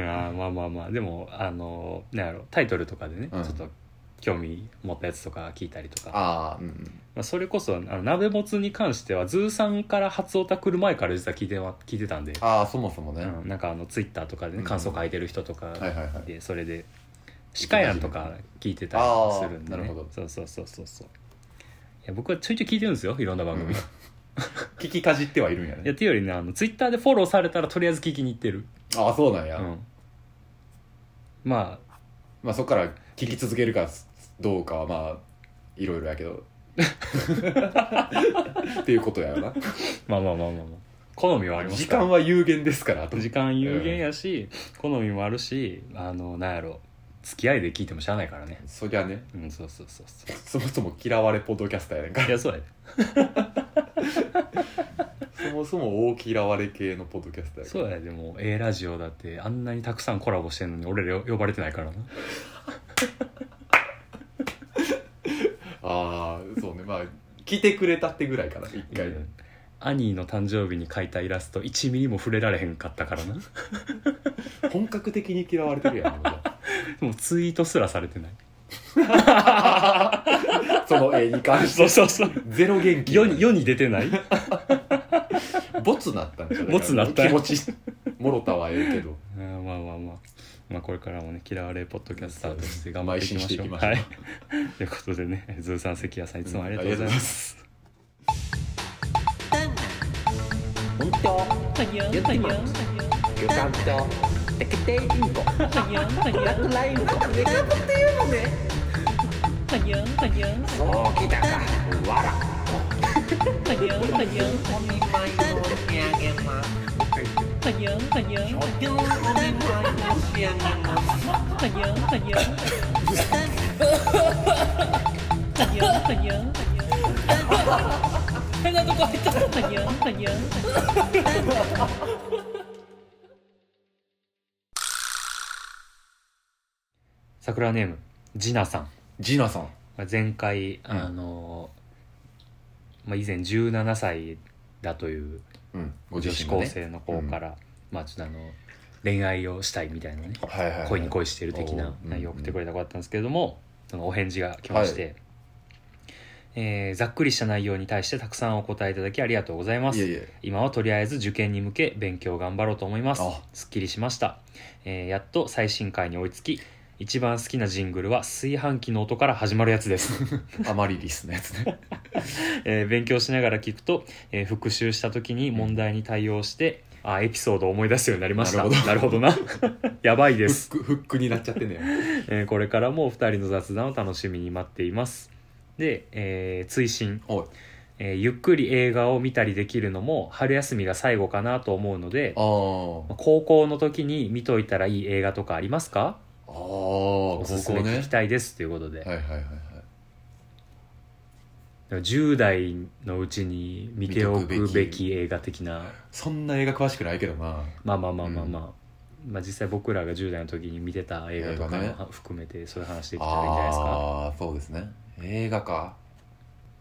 Speaker 1: うんあーまあまあまあでもあのなんやろタイトルとかでね、
Speaker 2: うん
Speaker 1: ちょっと興味持ったやつとか聞いたりとか
Speaker 2: ああうん
Speaker 1: まあ、それこそあの鍋もつに関してはズーさんから初オタ来る前から実は聞いては聞いてたんで、
Speaker 2: ああそもそもね、
Speaker 1: うん、なんかあのツイッターとかでね
Speaker 2: うん
Speaker 1: 感想書いてる人とか
Speaker 2: はいはいはい
Speaker 1: でそれで「鹿やん」とか聞いてたりするんで、
Speaker 2: あーな
Speaker 1: ね
Speaker 2: るほど、
Speaker 1: そうそうそうそうそういや僕はちょいちょい聞いてるんですよいろんな番組、
Speaker 2: うん
Speaker 1: い
Speaker 2: 聞きかじってはいるんや
Speaker 1: やっ
Speaker 2: ね
Speaker 1: ていうよりねあのツイッターでフォローされたらとりあえず聞きに行ってる、
Speaker 2: ああそうなん
Speaker 1: う
Speaker 2: や、
Speaker 1: ん、まあ
Speaker 2: まあそこから聞き続けるかどうかはまあいろいろやけ どっていうことやよな
Speaker 1: まあまあまあまあまあ好みはあります
Speaker 2: 時
Speaker 1: から
Speaker 2: 間は有限ですからあと
Speaker 1: 時間有限やし、好みもあるしあのなんやろ付き合いで聞いてもしゃあないからね
Speaker 2: そりゃね
Speaker 1: うんそうそうそうそ
Speaker 2: そもそも嫌われポッドキャスターやねんか
Speaker 1: ういやそうやで
Speaker 2: ら そもそも大嫌われ系のポッドキャスターやか
Speaker 1: そうやでもう A ラジオだってあんなにたくさんコラボしてんのに俺ら呼ばれてないからな
Speaker 2: らああそうねまあ来てくれたってぐらいかな一回、
Speaker 1: うんアニーの誕生日に描いたイラスト1ミリも触れられへんかったからな
Speaker 2: 本格的に嫌われてるやん俺
Speaker 1: もうツイートすらされてない
Speaker 2: その絵に関して
Speaker 1: そうそうそう
Speaker 2: ゼロ元気
Speaker 1: 世に世に出て ない
Speaker 2: ボツなったんじゃない
Speaker 1: ボツなった
Speaker 2: 気持ちもろたはええけど
Speaker 1: あーまあまあまあまあこれからもね嫌われポッドキャスターとして頑張っていきましょう
Speaker 2: 邁進していきましょう
Speaker 1: はい、という ことでねズーさん関谷さんいつもありがとうございます、
Speaker 2: す
Speaker 4: 本当よかったテケテインコブラックラインコデカボっていうのねそうきたかわらお見舞い申し上げますお見舞い申し上げます
Speaker 5: 変なとこ入った。
Speaker 1: 桜ネームジナさん
Speaker 3: ジーナさん
Speaker 1: まあ前回、あのまあ、以前17歳だという
Speaker 2: うん、ご
Speaker 1: 女
Speaker 2: 自
Speaker 1: 子
Speaker 2: 身が
Speaker 1: 高生
Speaker 2: ね
Speaker 1: の子から、まあちょっとあの恋愛をしたいみたいなね
Speaker 3: はいはい、
Speaker 1: 恋に恋してる的な内容を送ってくれた子だったんですけれども、そのお返事が来まして、えーざっくりした内容に対してたくさんお答えいただきありがとうございます
Speaker 2: いえいえ
Speaker 1: 今はとりあえず受験に向け勉強頑張ろうと思います
Speaker 3: あ
Speaker 1: すっきりしました、えーやっと最新回に追いつき一番好きなジングルは炊飯器の音から始まるやつです
Speaker 3: あまりリスのやつね
Speaker 1: えー勉強しながら聞くと、えー復習した時に問題に対応して、あエピソードを思い出すようになりましたなるほどな やばい で
Speaker 2: フ
Speaker 1: す
Speaker 2: ッ、クフックになっちゃってんねや
Speaker 1: えーこれからもお二人の雑談を楽しみに待っていますで、えー追伸、
Speaker 2: おい
Speaker 1: えーゆっくり映画を見たりできるのも春休みが最後かなと思うので
Speaker 2: あー
Speaker 1: 高校の時に見といたらいい映画とかありますか
Speaker 2: あー
Speaker 1: お
Speaker 2: こ
Speaker 1: すす
Speaker 2: こ
Speaker 1: め
Speaker 2: ね
Speaker 1: 聞きたいですということで、
Speaker 2: はいはいはいはい
Speaker 1: 10代のうちに見ておくべき映画的な
Speaker 2: そんな映画詳しくないけどな
Speaker 1: まあまあまあまあまあ、まあ実際僕らが10代の時に見てた映画とか
Speaker 2: 映
Speaker 1: も
Speaker 2: 画
Speaker 1: 含めてそういう話できたらいいんじゃないですか
Speaker 2: ああそうですね映画か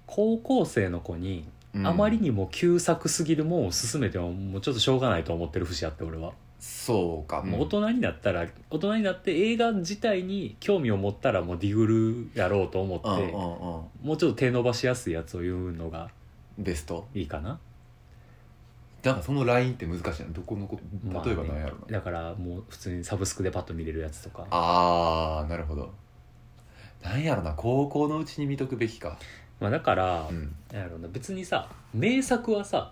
Speaker 1: 高校生の子に
Speaker 2: うん
Speaker 1: あまりにも旧作すぎるもんを勧めてももうちょっとしょうがないと思ってる節あって俺は、
Speaker 2: そうか
Speaker 1: もう大人になったら大人になって映画自体に興味を持ったらもうディグルやろうと思って、
Speaker 2: うんうんうん
Speaker 1: もうちょっと手伸ばしやすいやつを言うのが
Speaker 2: ベスト
Speaker 1: いいかな
Speaker 2: なんかそのラインって難しいなどこのこ
Speaker 1: まあ
Speaker 2: 例えば何やろ
Speaker 1: ね
Speaker 2: な、
Speaker 1: だからもう普通にサブスクでパッと見れるやつとか
Speaker 2: ああなるほどなんやろな高校のうちに見とくべきか
Speaker 1: まあ、だから、
Speaker 2: うん
Speaker 1: なんやろうな別にさ名作はさ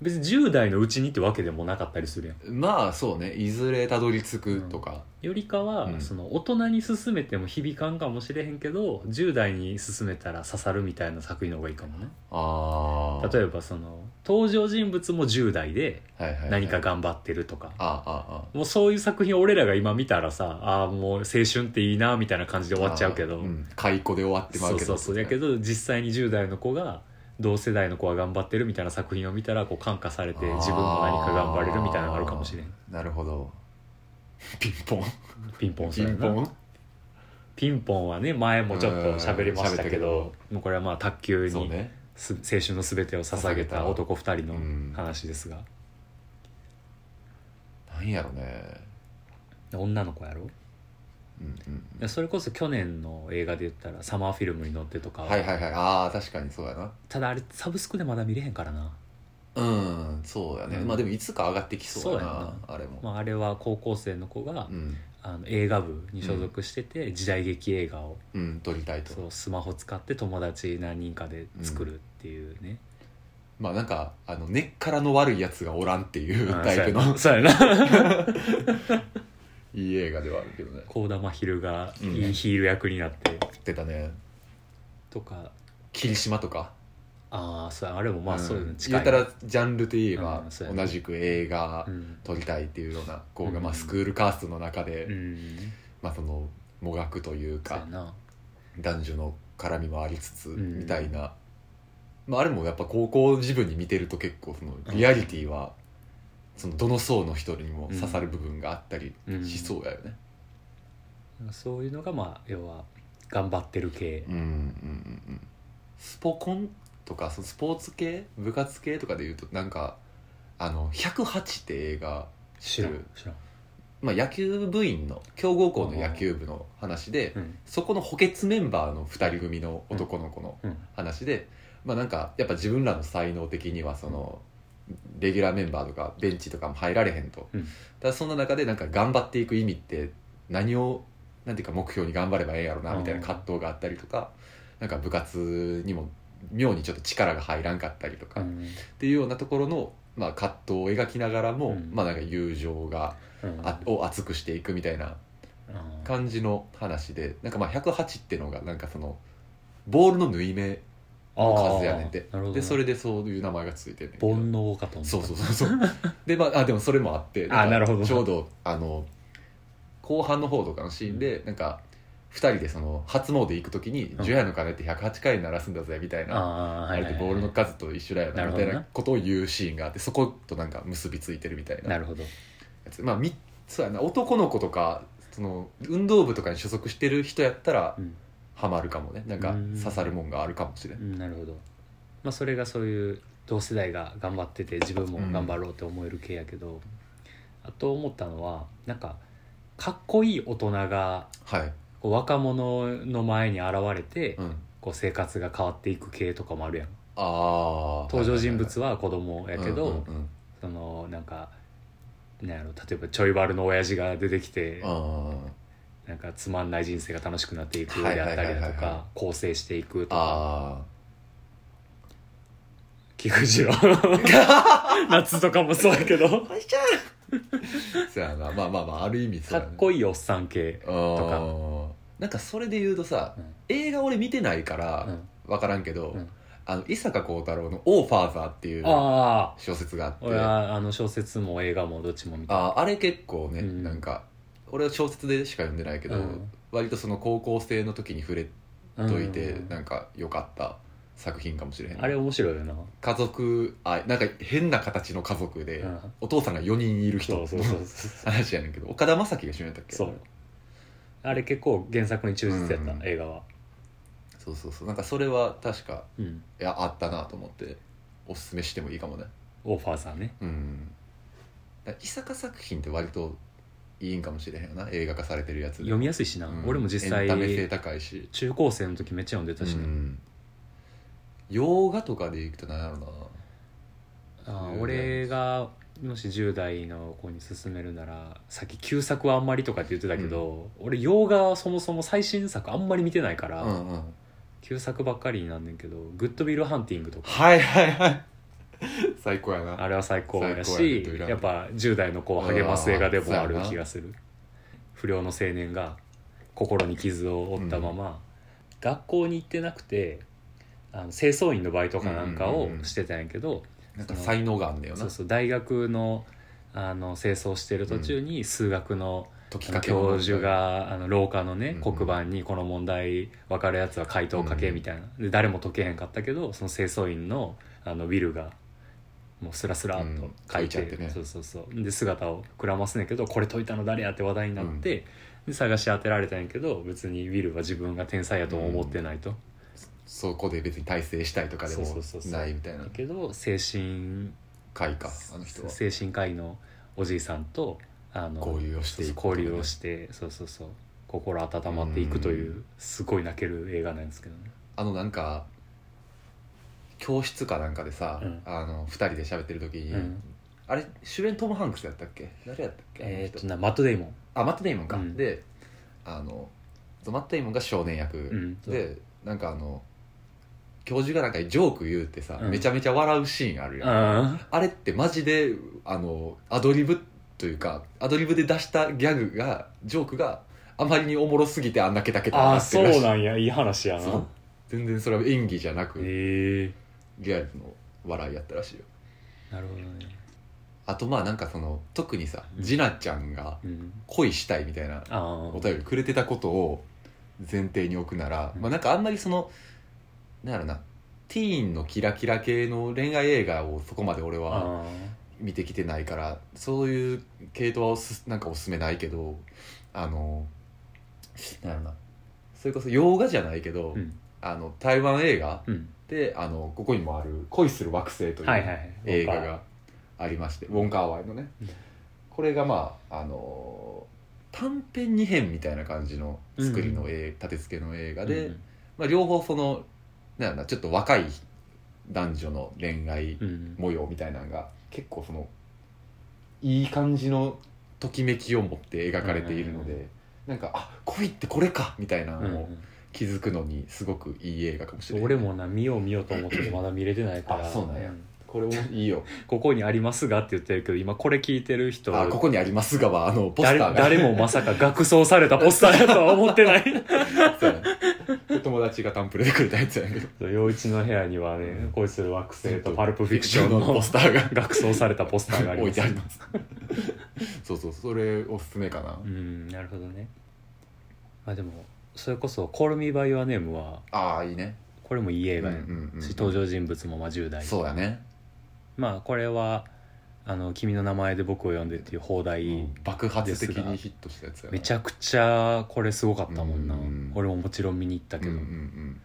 Speaker 1: 別に10代のうちにってわけでもなかったりするやん
Speaker 2: まあそうねいずれたどり着くとか、
Speaker 1: よりかは、
Speaker 2: うん
Speaker 1: その大人に勧めても響かんかもしれへんけど10代に勧めたら刺さるみたいな作品の方がいいかもね
Speaker 2: ああ
Speaker 1: 例えばその登場人物も10代で
Speaker 2: ば、はいはいはい
Speaker 1: 何か頑張ってるとか、
Speaker 2: ああああ
Speaker 1: もうそういう作品俺らが今見たらさああもう青春っていいなみたいな感じで終わっちゃうけど、
Speaker 2: ん、解雇で終わってま
Speaker 1: そうう
Speaker 2: け
Speaker 1: そ
Speaker 2: ど
Speaker 1: うそうやけど実際に10代の子が同世代の子が頑張ってるみたいな作品を見たらこう感化されて
Speaker 2: あー
Speaker 1: 自分も何か頑張れるみたいなのがあるかもしれん
Speaker 2: なる ほどピンポン
Speaker 1: ピンポン
Speaker 2: ピ
Speaker 1: そうや
Speaker 2: ンポ
Speaker 1: な
Speaker 2: ン
Speaker 1: ピンポンはね前もちょっと喋りましたけ
Speaker 2: うん喋っ
Speaker 1: ど
Speaker 2: た
Speaker 1: もうこれはまあ卓球
Speaker 2: そう
Speaker 1: に
Speaker 2: ね
Speaker 1: す青春の全てを捧げた男2人の話ですが
Speaker 2: なんやろね
Speaker 1: 女の子やろ
Speaker 2: うんうん
Speaker 1: いやそれこそ去年の映画で言ったらサマーフィルムに乗ってとか
Speaker 2: はいはいはいああ確かにそうやな
Speaker 1: ただあれサブスクでまだ見れへんからな
Speaker 2: うんそうやね、
Speaker 1: うん
Speaker 2: まあでもいつか上がってきそうやな
Speaker 1: そうや
Speaker 2: あれも、
Speaker 1: まああれは高校生の子が
Speaker 2: うん、
Speaker 1: あの映画部に所属してて時代劇映画を
Speaker 2: うん、撮りたいと
Speaker 1: そうスマホ使って友達何人かで作るっていうね、
Speaker 2: まあなんかあの根っからの悪いやつがおらんっていう
Speaker 1: あ
Speaker 2: タイプの
Speaker 1: そうやな そうやな
Speaker 2: いい映画ではあるけどね
Speaker 1: 幸田真昼が
Speaker 2: うん
Speaker 1: いいヒール役になって
Speaker 2: 撮ってたね
Speaker 1: とか
Speaker 2: 霧島とか
Speaker 1: ああそうやあれもまあ
Speaker 2: ん
Speaker 1: そういうの
Speaker 2: 言
Speaker 1: 近
Speaker 2: っ
Speaker 1: い
Speaker 2: た
Speaker 1: な、
Speaker 2: らジャンルといえば
Speaker 1: うんそうやね
Speaker 2: 同じく映画
Speaker 1: うん
Speaker 2: 撮りたいっていうような子が、ま
Speaker 1: う
Speaker 2: あ、
Speaker 1: ん
Speaker 2: スクールカーストの中で、
Speaker 1: うん
Speaker 2: まあそのもがくという
Speaker 1: そうや
Speaker 2: か
Speaker 1: な
Speaker 2: 男女の絡みもありつつ
Speaker 1: ん
Speaker 2: みたいな、まあ、あれもやっぱ高校自分に見てると結構そのリアリティはそのどの層の人にも刺さる部分があったりしそうやよね。
Speaker 1: そういうのがまあ要は頑張ってる系
Speaker 2: うんうんうんうんスポコンとかそのスポーツ系部活系とかでいうとなんかあの「108」って映画
Speaker 1: 知ら
Speaker 2: 知って
Speaker 1: ん
Speaker 2: る
Speaker 1: 知らん、
Speaker 2: まあ、野球部員の強豪校の野球部の話で、
Speaker 1: うん
Speaker 2: そこの補欠メンバーの2人組の男の子の
Speaker 1: うん
Speaker 2: 話で、まあなんかやっぱ自分らの才能的にはそのレギュラーメンバーとかベンチとかも入られへんと、
Speaker 1: うん
Speaker 2: ただそんな中でなんか頑張っていく意味って何をなんていうか目標に頑張ればええんやろなみたいな葛藤があったりとか、なんか部活にも妙にちょっと力が入らんかったりとか、
Speaker 1: うん
Speaker 2: っていうようなところのまあ、葛藤を描きながらも、
Speaker 1: うん
Speaker 2: まあ、なんか友情が
Speaker 1: うん
Speaker 2: あを熱くしていくみたいな
Speaker 1: うん
Speaker 2: 感じの話でなんかまあ108ってのがなんかそのボールの縫い目の数やねんて
Speaker 1: あーなるほどね
Speaker 2: でそれでそういう名前がついてんねんけど
Speaker 1: 煩悩かと思った
Speaker 2: そうそうそうそうでまああでもそれもあって
Speaker 1: あ
Speaker 2: んか
Speaker 1: なるほど
Speaker 2: ちょうどあの後半の方とかのシーンでなんか2人でその初詣行く時に
Speaker 1: ん
Speaker 2: 「除夜の鐘って108回鳴らすんだぜ」みたいな、
Speaker 1: あー
Speaker 2: あ
Speaker 1: はい
Speaker 2: れ
Speaker 1: はい
Speaker 2: で
Speaker 1: はい
Speaker 2: ボールの数と一緒だよ
Speaker 1: な
Speaker 2: な
Speaker 1: る
Speaker 2: み
Speaker 1: ほ
Speaker 2: た
Speaker 1: ど
Speaker 2: い
Speaker 1: な
Speaker 2: なことを言うシーンがあってそことなんか結びついてるみたいな
Speaker 1: な
Speaker 2: や
Speaker 1: るほど
Speaker 2: つまあみそうやな男の子とかその運動部とかに所属してる人やったら
Speaker 1: うん
Speaker 2: ハマるかもねなんか
Speaker 1: うん
Speaker 2: 刺さるもんがあるかもしれ
Speaker 1: うんんなるほどまあそれがそういう同世代が頑張ってて自分も頑張ろうって思える系やけどあと思ったのはなんかかっこいい大人が
Speaker 2: はい、
Speaker 1: こう若者の前に現れて
Speaker 2: うん、
Speaker 1: こう生活が変わっていく系とかもあるやん
Speaker 2: ああ
Speaker 1: 登場人物は子供やけど、
Speaker 2: うんうん
Speaker 1: そのなんかなんやろ例えばちょい悪の親父が出てきて、
Speaker 2: うんあー
Speaker 1: なんかつまんない人生が楽しくなっていくであったり
Speaker 2: はいはいは
Speaker 1: だと
Speaker 2: いはいはい
Speaker 1: か構成していくとか
Speaker 2: あ
Speaker 1: 菊次郎 夏とかもそうやけど
Speaker 2: ーそうやなまあまあまあある意味そ
Speaker 1: か
Speaker 2: うや
Speaker 1: っこいいおっさん系
Speaker 2: とかなんかそれで言うとさ、
Speaker 1: うん
Speaker 2: 映画俺見てないか
Speaker 1: う
Speaker 2: ら
Speaker 1: ん
Speaker 2: 分からんけど、
Speaker 1: うん
Speaker 2: あの伊坂幸太郎の「オーファーザー」っていう
Speaker 1: ああ
Speaker 2: 小説があって
Speaker 1: 俺はあの小説も映画もどっちも見た
Speaker 2: ああれ結構ね、
Speaker 1: うん
Speaker 2: なんか俺は小説でしか読んでないけど、
Speaker 1: うん
Speaker 2: 割とその高校生の時に触れといて、
Speaker 1: うん
Speaker 2: なんか良かった作品かもしれへん
Speaker 1: あれ面白いよな
Speaker 2: 家族愛なんか変な形の家族で、
Speaker 1: うん
Speaker 2: お父さんが4人いる人
Speaker 1: そうそうそうそう
Speaker 2: 話やねんけど岡田将生が主演やったっけ
Speaker 1: そうあれ結構原作に忠実やった、
Speaker 2: うん
Speaker 1: 映画は
Speaker 2: そうそうそうなんかそれは確か
Speaker 1: うん
Speaker 2: いやあったなと思っておすすめしてもいいかもね
Speaker 1: オファーさんね
Speaker 2: うんだから伊坂作品って割といいんかもしれへんよな映画化されてるやつで
Speaker 1: 読みやすいしな、
Speaker 2: うん
Speaker 1: 俺も実際
Speaker 2: エンタメ性高いし
Speaker 1: 中高生の時めっちゃ読んでたし
Speaker 2: う
Speaker 1: ね、
Speaker 2: ん洋画とかでいくと何やろうな
Speaker 1: あー俺がもし10代の子に勧めるならさっき旧作はあんまりとかって言ってたけど、俺洋画はそもそも最新作あんまり見てないから、
Speaker 2: うんうん
Speaker 1: 旧作ばっかりになんねんけど「グッドビルハンティング」とか
Speaker 2: はいはいはい最高やな
Speaker 1: あれは最高や
Speaker 2: 最高や
Speaker 1: し
Speaker 2: グッドウィルハンティング
Speaker 1: やっぱ10代の子を励ます映画でもある気がする不良の青年が心に傷を負ったまま、学校に行ってなくてあの清掃員のバイトかなんかをしてたんやけど、
Speaker 2: なんか才能があんだよな
Speaker 1: そうそう大学のあの清掃してる途中に数学の,、
Speaker 2: 解き
Speaker 1: あの
Speaker 2: かけ
Speaker 1: 教授があの廊下のね、
Speaker 2: うん
Speaker 1: 黒板にこの問題分かるやつは回答を書け
Speaker 2: うん
Speaker 1: みたいな、で誰も解けへんかったけどその清掃員のあのウィルがもうスラスラっと書いて,、
Speaker 2: うん解いちゃってね
Speaker 1: そうそうそうで姿をくらますねんけどこれ解いたの誰やって話題になって、で探し当てられたんやけど別にウィルは自分が天才やとも思ってないと。
Speaker 2: そこで別に体制したいとかでも
Speaker 1: そうそうそうそう
Speaker 2: ないみたいな
Speaker 1: だけど精神
Speaker 2: 回かあの人は
Speaker 1: 精神科医のおじいさんとあの
Speaker 2: 交流をしてい
Speaker 1: そう
Speaker 2: く
Speaker 1: そう交流をしてそうそうそう心温まっていくといううすごい泣ける映画なんですけどね
Speaker 2: あのなんか教室かなんかでさ、
Speaker 1: うん
Speaker 2: あの2人で喋ってる時に、
Speaker 1: うん
Speaker 2: あれ主演トム・ハンクスやったっけ誰やったっけあの人
Speaker 1: えーっとなマット・デイモン
Speaker 2: あマット・デイモンか、
Speaker 1: うん
Speaker 2: であのマット・デイモンが少年役、
Speaker 1: ん
Speaker 2: でなんかあの教授がなんかジョーク言うってさ、
Speaker 1: うん
Speaker 2: めちゃめちゃ笑うシーンあるやん、
Speaker 1: あ
Speaker 2: あれってマジであのアドリブというかアドリブで出したギャグがジョークがあまりにおもろすぎてあんなケタケタ
Speaker 1: あ
Speaker 2: な
Speaker 1: ー
Speaker 2: って
Speaker 1: そ
Speaker 2: るらしいう
Speaker 1: なんやいい話や
Speaker 2: そう
Speaker 1: な
Speaker 2: 全然それは演技じゃなく、
Speaker 1: へえ
Speaker 2: リアルの笑いやったらしいよ
Speaker 1: なるほどね
Speaker 2: あとまあなんかその特にさ
Speaker 1: うん
Speaker 2: ジナちゃんが
Speaker 1: うん
Speaker 2: 恋したいみたいな
Speaker 1: あ
Speaker 2: お
Speaker 1: ー
Speaker 2: 便りくれてたことを前提に置くなら、
Speaker 1: うん
Speaker 2: まあなんかあんまりそのなんやろなティーンのキラキラ系の恋愛映画をそこまで俺は
Speaker 1: あ
Speaker 2: 見てきてないからそういう系統はおすなんかおすすめないけどあのなんやろなそれこそ洋画じゃないけど、
Speaker 1: ーうん
Speaker 2: あの台湾映画
Speaker 1: うん
Speaker 2: であのここにもある「恋する惑星」という、
Speaker 1: はいはいはい
Speaker 2: 映画がありましてウォンカーワイのね、
Speaker 1: うん
Speaker 2: これがまああのー短編2編みたいな感じの作りの映立て付けの映画で、
Speaker 1: うん
Speaker 2: まあ、両方そのなんやろなちょっと若い男女の恋愛
Speaker 1: うん
Speaker 2: 模様みたいなのが結構そのいい感じのときめきを持って描かれているので、
Speaker 1: うん
Speaker 2: なんかあ恋ってこれかみたいな
Speaker 1: うん
Speaker 2: のを気づくのにすごくいい映画かもしれ
Speaker 1: うん
Speaker 2: ない、
Speaker 1: 俺もな見よう見ようと思っててまだ見れてないから
Speaker 2: あそうなんやこれもいいよ
Speaker 1: ここにありますがって言ってるけど今これ聞いてる人
Speaker 2: あここにありますがはあのポスター
Speaker 1: 誰
Speaker 2: が
Speaker 1: 誰もまさか額装されたポスターだとは思ってない
Speaker 2: そうやね友達がタンプレでくれたやつやねんけど
Speaker 1: 陽一の部屋にはね恋する惑星とパルプフィクション
Speaker 2: ポ
Speaker 1: の
Speaker 2: スターが
Speaker 1: 額装されたポスターがあり
Speaker 2: 置
Speaker 1: ま
Speaker 2: い
Speaker 1: す
Speaker 2: てありますそうそうそれおすすめかな、
Speaker 1: うんなるほどねまあでもそれこそ「Call Me by Your Name」は
Speaker 2: ああいいね
Speaker 1: これもいい映
Speaker 2: うんう
Speaker 1: 画
Speaker 2: ん
Speaker 1: やん
Speaker 2: うん
Speaker 1: し登場人物もまあ10代
Speaker 2: そうやね、
Speaker 1: まあこれは「あの君の名前で僕を呼んで」っていう放題、
Speaker 2: うん爆発的にヒットしたやつやな
Speaker 1: めちゃくちゃこれすごかったもんな、
Speaker 2: うん
Speaker 1: 俺ももちろん見に行ったけど、
Speaker 2: うんうんうん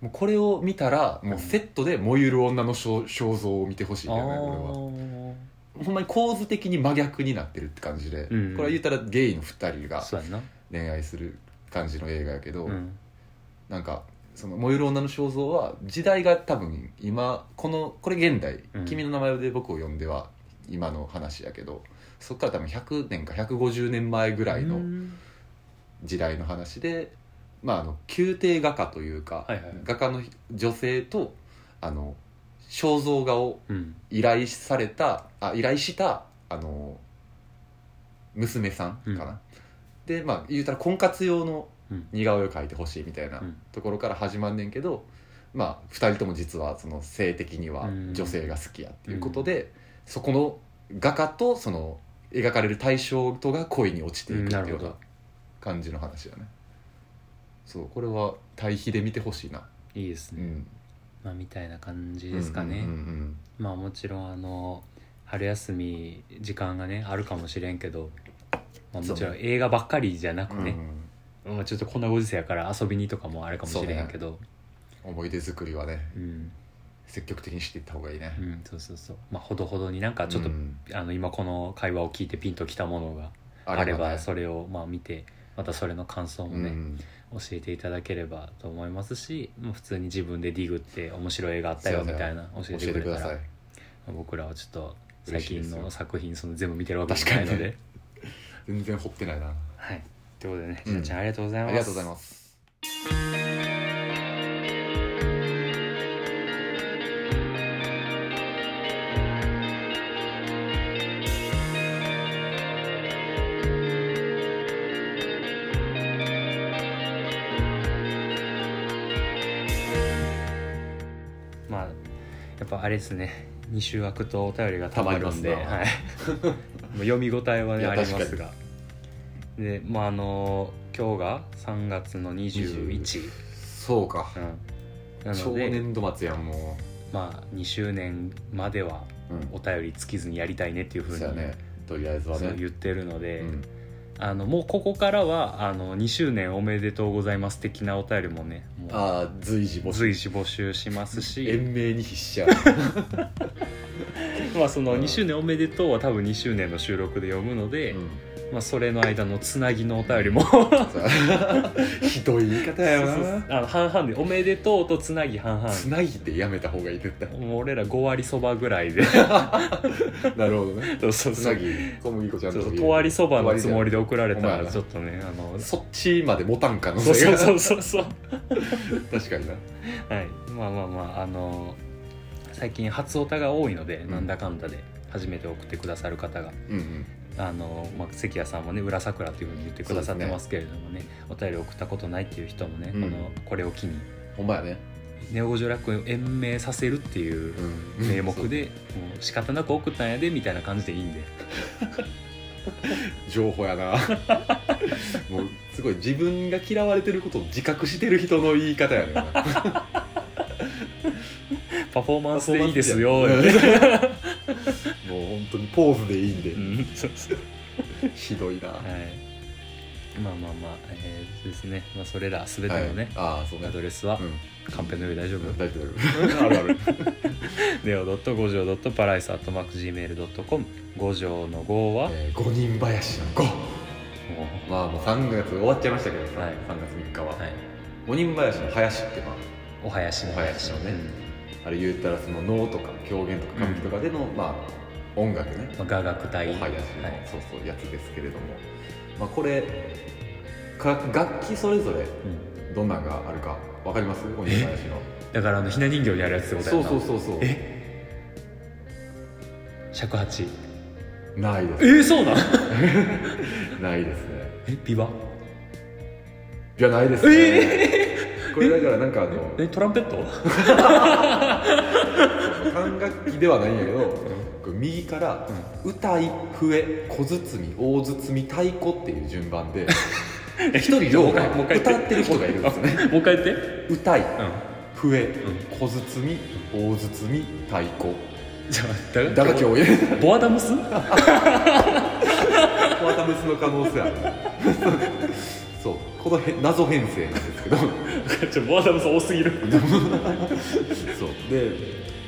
Speaker 2: もうこれを見たらもうセットで燃ゆる女の肖肖像を見てほしいんだよねこれはほんまに構図的に真逆になってるって感じで、
Speaker 1: うんうん
Speaker 2: これは言ったらゲイの2人
Speaker 1: あー
Speaker 2: が
Speaker 1: そうやんな、
Speaker 2: 恋愛する感じの映画やけど、
Speaker 1: うん
Speaker 2: なんかその燃ゆる女の肖像は時代が多分今このこれ現代、
Speaker 1: うん
Speaker 2: 君の名前で僕を呼んでは今の話やけどそっから多分100年か150年前ぐらいの、
Speaker 1: うん
Speaker 2: 時代の話で、まあ、あの宮廷画家というか、
Speaker 1: はいはい
Speaker 2: 画家の女性とあの肖像画を
Speaker 1: うん
Speaker 2: 依頼されたあ依頼したあの娘さんかな、
Speaker 1: う
Speaker 2: でまあ言うたら婚活用の
Speaker 1: うん
Speaker 2: 似顔絵を描いてほしいみたいな
Speaker 1: うん
Speaker 2: ところから始まんねんけど、まあ2人とも実はその性的には
Speaker 1: うん
Speaker 2: 女性が好きやっていうことで、そこの画家とその描かれる対象とが恋に落ちていくって
Speaker 1: うんな
Speaker 2: い
Speaker 1: る
Speaker 2: うよ
Speaker 1: ほ
Speaker 2: う
Speaker 1: ど
Speaker 2: な感じの話だね。そうこれは対比で見てほしいな、
Speaker 1: いいですね、
Speaker 2: ん、
Speaker 1: まあみたいな感じですかね、
Speaker 2: うんうんうん
Speaker 1: まあもちろんあの春休み時間がねあるかもしれんけど、まあ、もちろん映画ばっかりじゃなく
Speaker 2: うん
Speaker 1: ね、まあ、ちょっとこんなご時世やから遊びにとかもあれかもしれへんけど
Speaker 2: うん思い出作りはね
Speaker 1: うん、
Speaker 2: 積極的にしていった方がいいね、
Speaker 1: うん、そうそうそうまあほどほどになんかちょっと、
Speaker 2: うん
Speaker 1: あの今この会話を聞いてピンときたものがあれば
Speaker 2: ね
Speaker 1: それをまあ見てまたそれの感想も
Speaker 2: う
Speaker 1: ね、
Speaker 2: ん
Speaker 1: 教えていただければと思いますしもう普通に自分でディグって面白い映画あったよみたいな教えてくれたら
Speaker 2: 教えて
Speaker 1: 僕らはちょっと最
Speaker 2: 嬉しいで
Speaker 1: 近
Speaker 2: すよ
Speaker 1: の作品その全部見てるわけじゃないの
Speaker 2: 確かに
Speaker 1: で。
Speaker 2: 全然掘ってないな
Speaker 1: はい。ということでね、
Speaker 2: うん
Speaker 1: ひなちゃんありがとうござい
Speaker 2: あ
Speaker 1: ます。
Speaker 2: りがとうございます
Speaker 1: まあ、やっぱあれですね、2週空くとお便りがたまるんで、
Speaker 2: たまり
Speaker 1: は
Speaker 2: ま
Speaker 1: い、 もう読み応えはいね、
Speaker 2: や
Speaker 1: ありますが。で、まあ、あの、今日が3月の21、
Speaker 2: そうか
Speaker 1: うん、な
Speaker 2: 超
Speaker 1: ので、
Speaker 2: 年度末やんも
Speaker 1: まあ、2周年までは
Speaker 2: う、うん
Speaker 1: お便り尽きずにやりたいねっていうふう
Speaker 2: そう
Speaker 1: に
Speaker 2: やねとりあえずは
Speaker 1: そう
Speaker 2: ね
Speaker 1: 言ってるので、
Speaker 2: うん
Speaker 1: あのもうここからはあの2周年おめでとうございます的なお便りもねもう
Speaker 2: ああ随時募集
Speaker 1: 随時募集しますし、
Speaker 2: 延命に必 死や
Speaker 1: まあ、その
Speaker 2: うん
Speaker 1: 2周年おめでとうは多分2周年の収録で読むので、
Speaker 2: うん
Speaker 1: まあ、それの間のつなぎのお便りも
Speaker 2: そう ひどい言い方や
Speaker 1: そうそう
Speaker 2: な
Speaker 1: あの半々で「おめでとう」とつなぎ半
Speaker 2: つなぎでやめた方がいい絶対
Speaker 1: 々もう俺ら5割 そばぐらいで
Speaker 2: なるほどね
Speaker 1: そうそう
Speaker 2: つ
Speaker 1: そ
Speaker 2: な
Speaker 1: う
Speaker 2: ぎ小麦粉ちゃん
Speaker 1: そう
Speaker 2: と
Speaker 1: そうとわりそばのつもりで
Speaker 2: で
Speaker 1: 送られた
Speaker 2: お前
Speaker 1: ら
Speaker 2: ら
Speaker 1: ちょっとねあの
Speaker 2: そっちまで持たんかの
Speaker 1: そうそうそうそうそう
Speaker 2: 確かにな
Speaker 1: はい、まあまあまああの最近初オタが多いので、
Speaker 2: ん
Speaker 1: なんだかんだで初めて送ってくださる方が
Speaker 2: うんうん
Speaker 1: あの、まあ、関谷さんもね「裏桜」っていうふうに言ってくださってますけれどもねお便り送ったことないっていう人もね、
Speaker 2: うん
Speaker 1: このこれを機に
Speaker 2: ほんまやね
Speaker 1: 「ネオ五条楽園を延命させる」っていう
Speaker 2: うん
Speaker 1: 名目で、もう仕方なく送ったんやでみたいな感じでいいん で
Speaker 2: 情報やな もうすごい自分が嫌われてることを自覚してる人の言い方やねんな
Speaker 1: パフォーマンスでいいです よ
Speaker 2: うん
Speaker 1: って
Speaker 2: もう本当にポーズでいいんで、
Speaker 1: うんそうそう
Speaker 2: ひどいな、
Speaker 1: はいまあまあまあ、えーそうですね、まあ、それら全てのね、
Speaker 2: ああそうね
Speaker 1: アドレスは、
Speaker 2: う
Speaker 1: カンペの上大丈夫、
Speaker 2: ん大丈夫大丈夫あるある
Speaker 1: ネオドット五条ドットパライスアットマーク Gmail ドットコム五条の五は、
Speaker 2: えー五人林の五
Speaker 1: もう
Speaker 2: まあもう3月終わっちゃいましたけどさ、
Speaker 1: はい
Speaker 2: 3月3日は、
Speaker 1: はい
Speaker 2: 五人林の林ってまあ
Speaker 1: お囃子の
Speaker 2: お囃子のねあれ言ったらその能とか狂言とか歌舞伎とかでの、まあ音楽ね、
Speaker 1: まあ、雅楽隊
Speaker 2: おはやしの、
Speaker 1: はい
Speaker 2: そうそうやつですけれども、まあ、これか楽器それぞれ
Speaker 1: うん
Speaker 2: どんなんがあるかわかりますおにぎりの
Speaker 1: だからあのひな人形にあるやつってこと
Speaker 2: そう
Speaker 1: やな
Speaker 2: そうそうそうえ
Speaker 1: 尺八
Speaker 2: ないで
Speaker 1: え
Speaker 2: す
Speaker 1: ー、そうなん
Speaker 2: ないですね
Speaker 1: え琵琶
Speaker 2: いやないですね、これだからなんかあの
Speaker 1: えトランペット
Speaker 2: 管楽器ではないんやけどこう右から歌い笛小包大包太鼓っていう順番 で一人
Speaker 1: もう
Speaker 2: 両
Speaker 1: 一回
Speaker 2: 方
Speaker 1: もう一回
Speaker 2: 歌ってる人がいるんですよ ね
Speaker 1: もう一回言って
Speaker 2: 歌い
Speaker 1: うん
Speaker 2: 笛小包大包太鼓
Speaker 1: じゃあだ
Speaker 2: 打楽器を入れる
Speaker 1: ボアダムス
Speaker 2: また別の可能性あるそうこのへ謎編成なんですけど
Speaker 1: ちょボアダムス多すぎる
Speaker 2: そうで、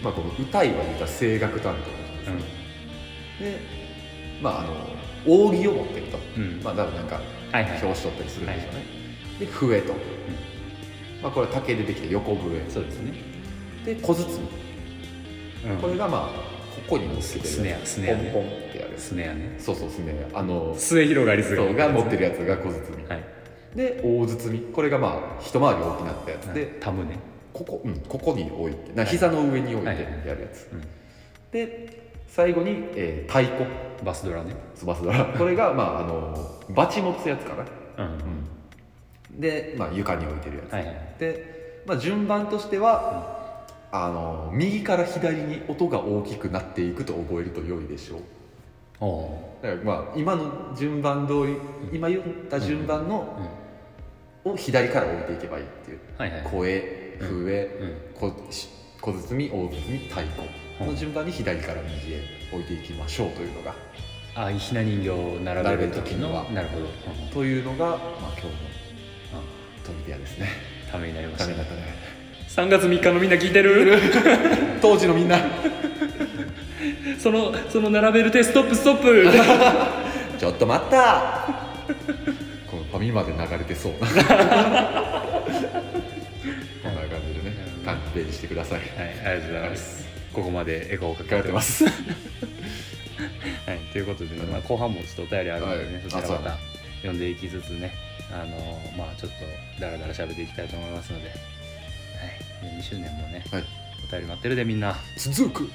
Speaker 2: まあ、この歌いは言ったら声楽担当で、まあ、あの扇を持ってると、
Speaker 1: うん
Speaker 2: まあ、だからなんか
Speaker 1: はいはい
Speaker 2: 表紙取ったりするんでしょうね、で笛と、まあ、これは竹でできた横笛
Speaker 1: そうですね、
Speaker 2: で小包
Speaker 1: うん、
Speaker 2: これがまあここに乗っけてる
Speaker 1: スネアスネアね
Speaker 2: ポンポンってやる
Speaker 1: スネアね
Speaker 2: そうそうスネアあの
Speaker 1: 末広がりすぎ
Speaker 2: そうが持ってるやつが小包、
Speaker 1: はい
Speaker 2: で大包これがまあ一回り大きなったやつで、
Speaker 1: でタムね
Speaker 2: ここ、うん、ここに置いてな膝の上に置いて
Speaker 1: はいはいはい
Speaker 2: やるやつ、
Speaker 1: うん
Speaker 2: で最後に、えー太鼓
Speaker 1: バスドラね
Speaker 2: 翼だこれがまああのバチ持つやつかな、
Speaker 1: うん
Speaker 2: で、まあ、床に置いてるやつ、
Speaker 1: はいはい
Speaker 2: で、まあ、順番としては、あの右から左に音が大きくなっていくと覚えると良いでしょう
Speaker 1: おお
Speaker 2: だからまあ今の順番通り今言った順番
Speaker 1: ー、
Speaker 2: の
Speaker 1: う
Speaker 2: を左から置いていけばいいっていう、
Speaker 1: ん、はいはい
Speaker 2: 声笛、
Speaker 1: うん
Speaker 2: こし小包大包太鼓の順番に左から右へ置いていきましょうというのが
Speaker 1: あひな人形を並べる時の
Speaker 2: 並べる時の
Speaker 1: なるほど、うん
Speaker 2: というのが、まあ、今日の
Speaker 1: うん
Speaker 2: トリビアですね
Speaker 1: ためになりま
Speaker 2: ダ
Speaker 1: し
Speaker 2: メ
Speaker 1: た
Speaker 2: だったね
Speaker 1: 3月3日のみんな聞いてる
Speaker 2: 当時のみんな
Speaker 1: その その並べる手ストップストップ
Speaker 2: ちょっと待ったこのファミマで流れ てそうこんな感じでね関係してください
Speaker 1: はいありがとうございますここまでエコーをか
Speaker 2: 書
Speaker 1: け
Speaker 2: い
Speaker 1: て
Speaker 2: て
Speaker 1: ま、
Speaker 2: ま すす
Speaker 1: はい、ということで、ねまあ、後半もちょっとお便りあるのでね、
Speaker 2: はい
Speaker 1: そちら
Speaker 2: あそ
Speaker 1: ま
Speaker 2: うだ
Speaker 1: た読んでいきつつねあのーまあちょっとだらだら喋っていきたいと思いますので、はい、2周年もね、
Speaker 2: はい
Speaker 1: お便り待ってるでみんな
Speaker 2: 続く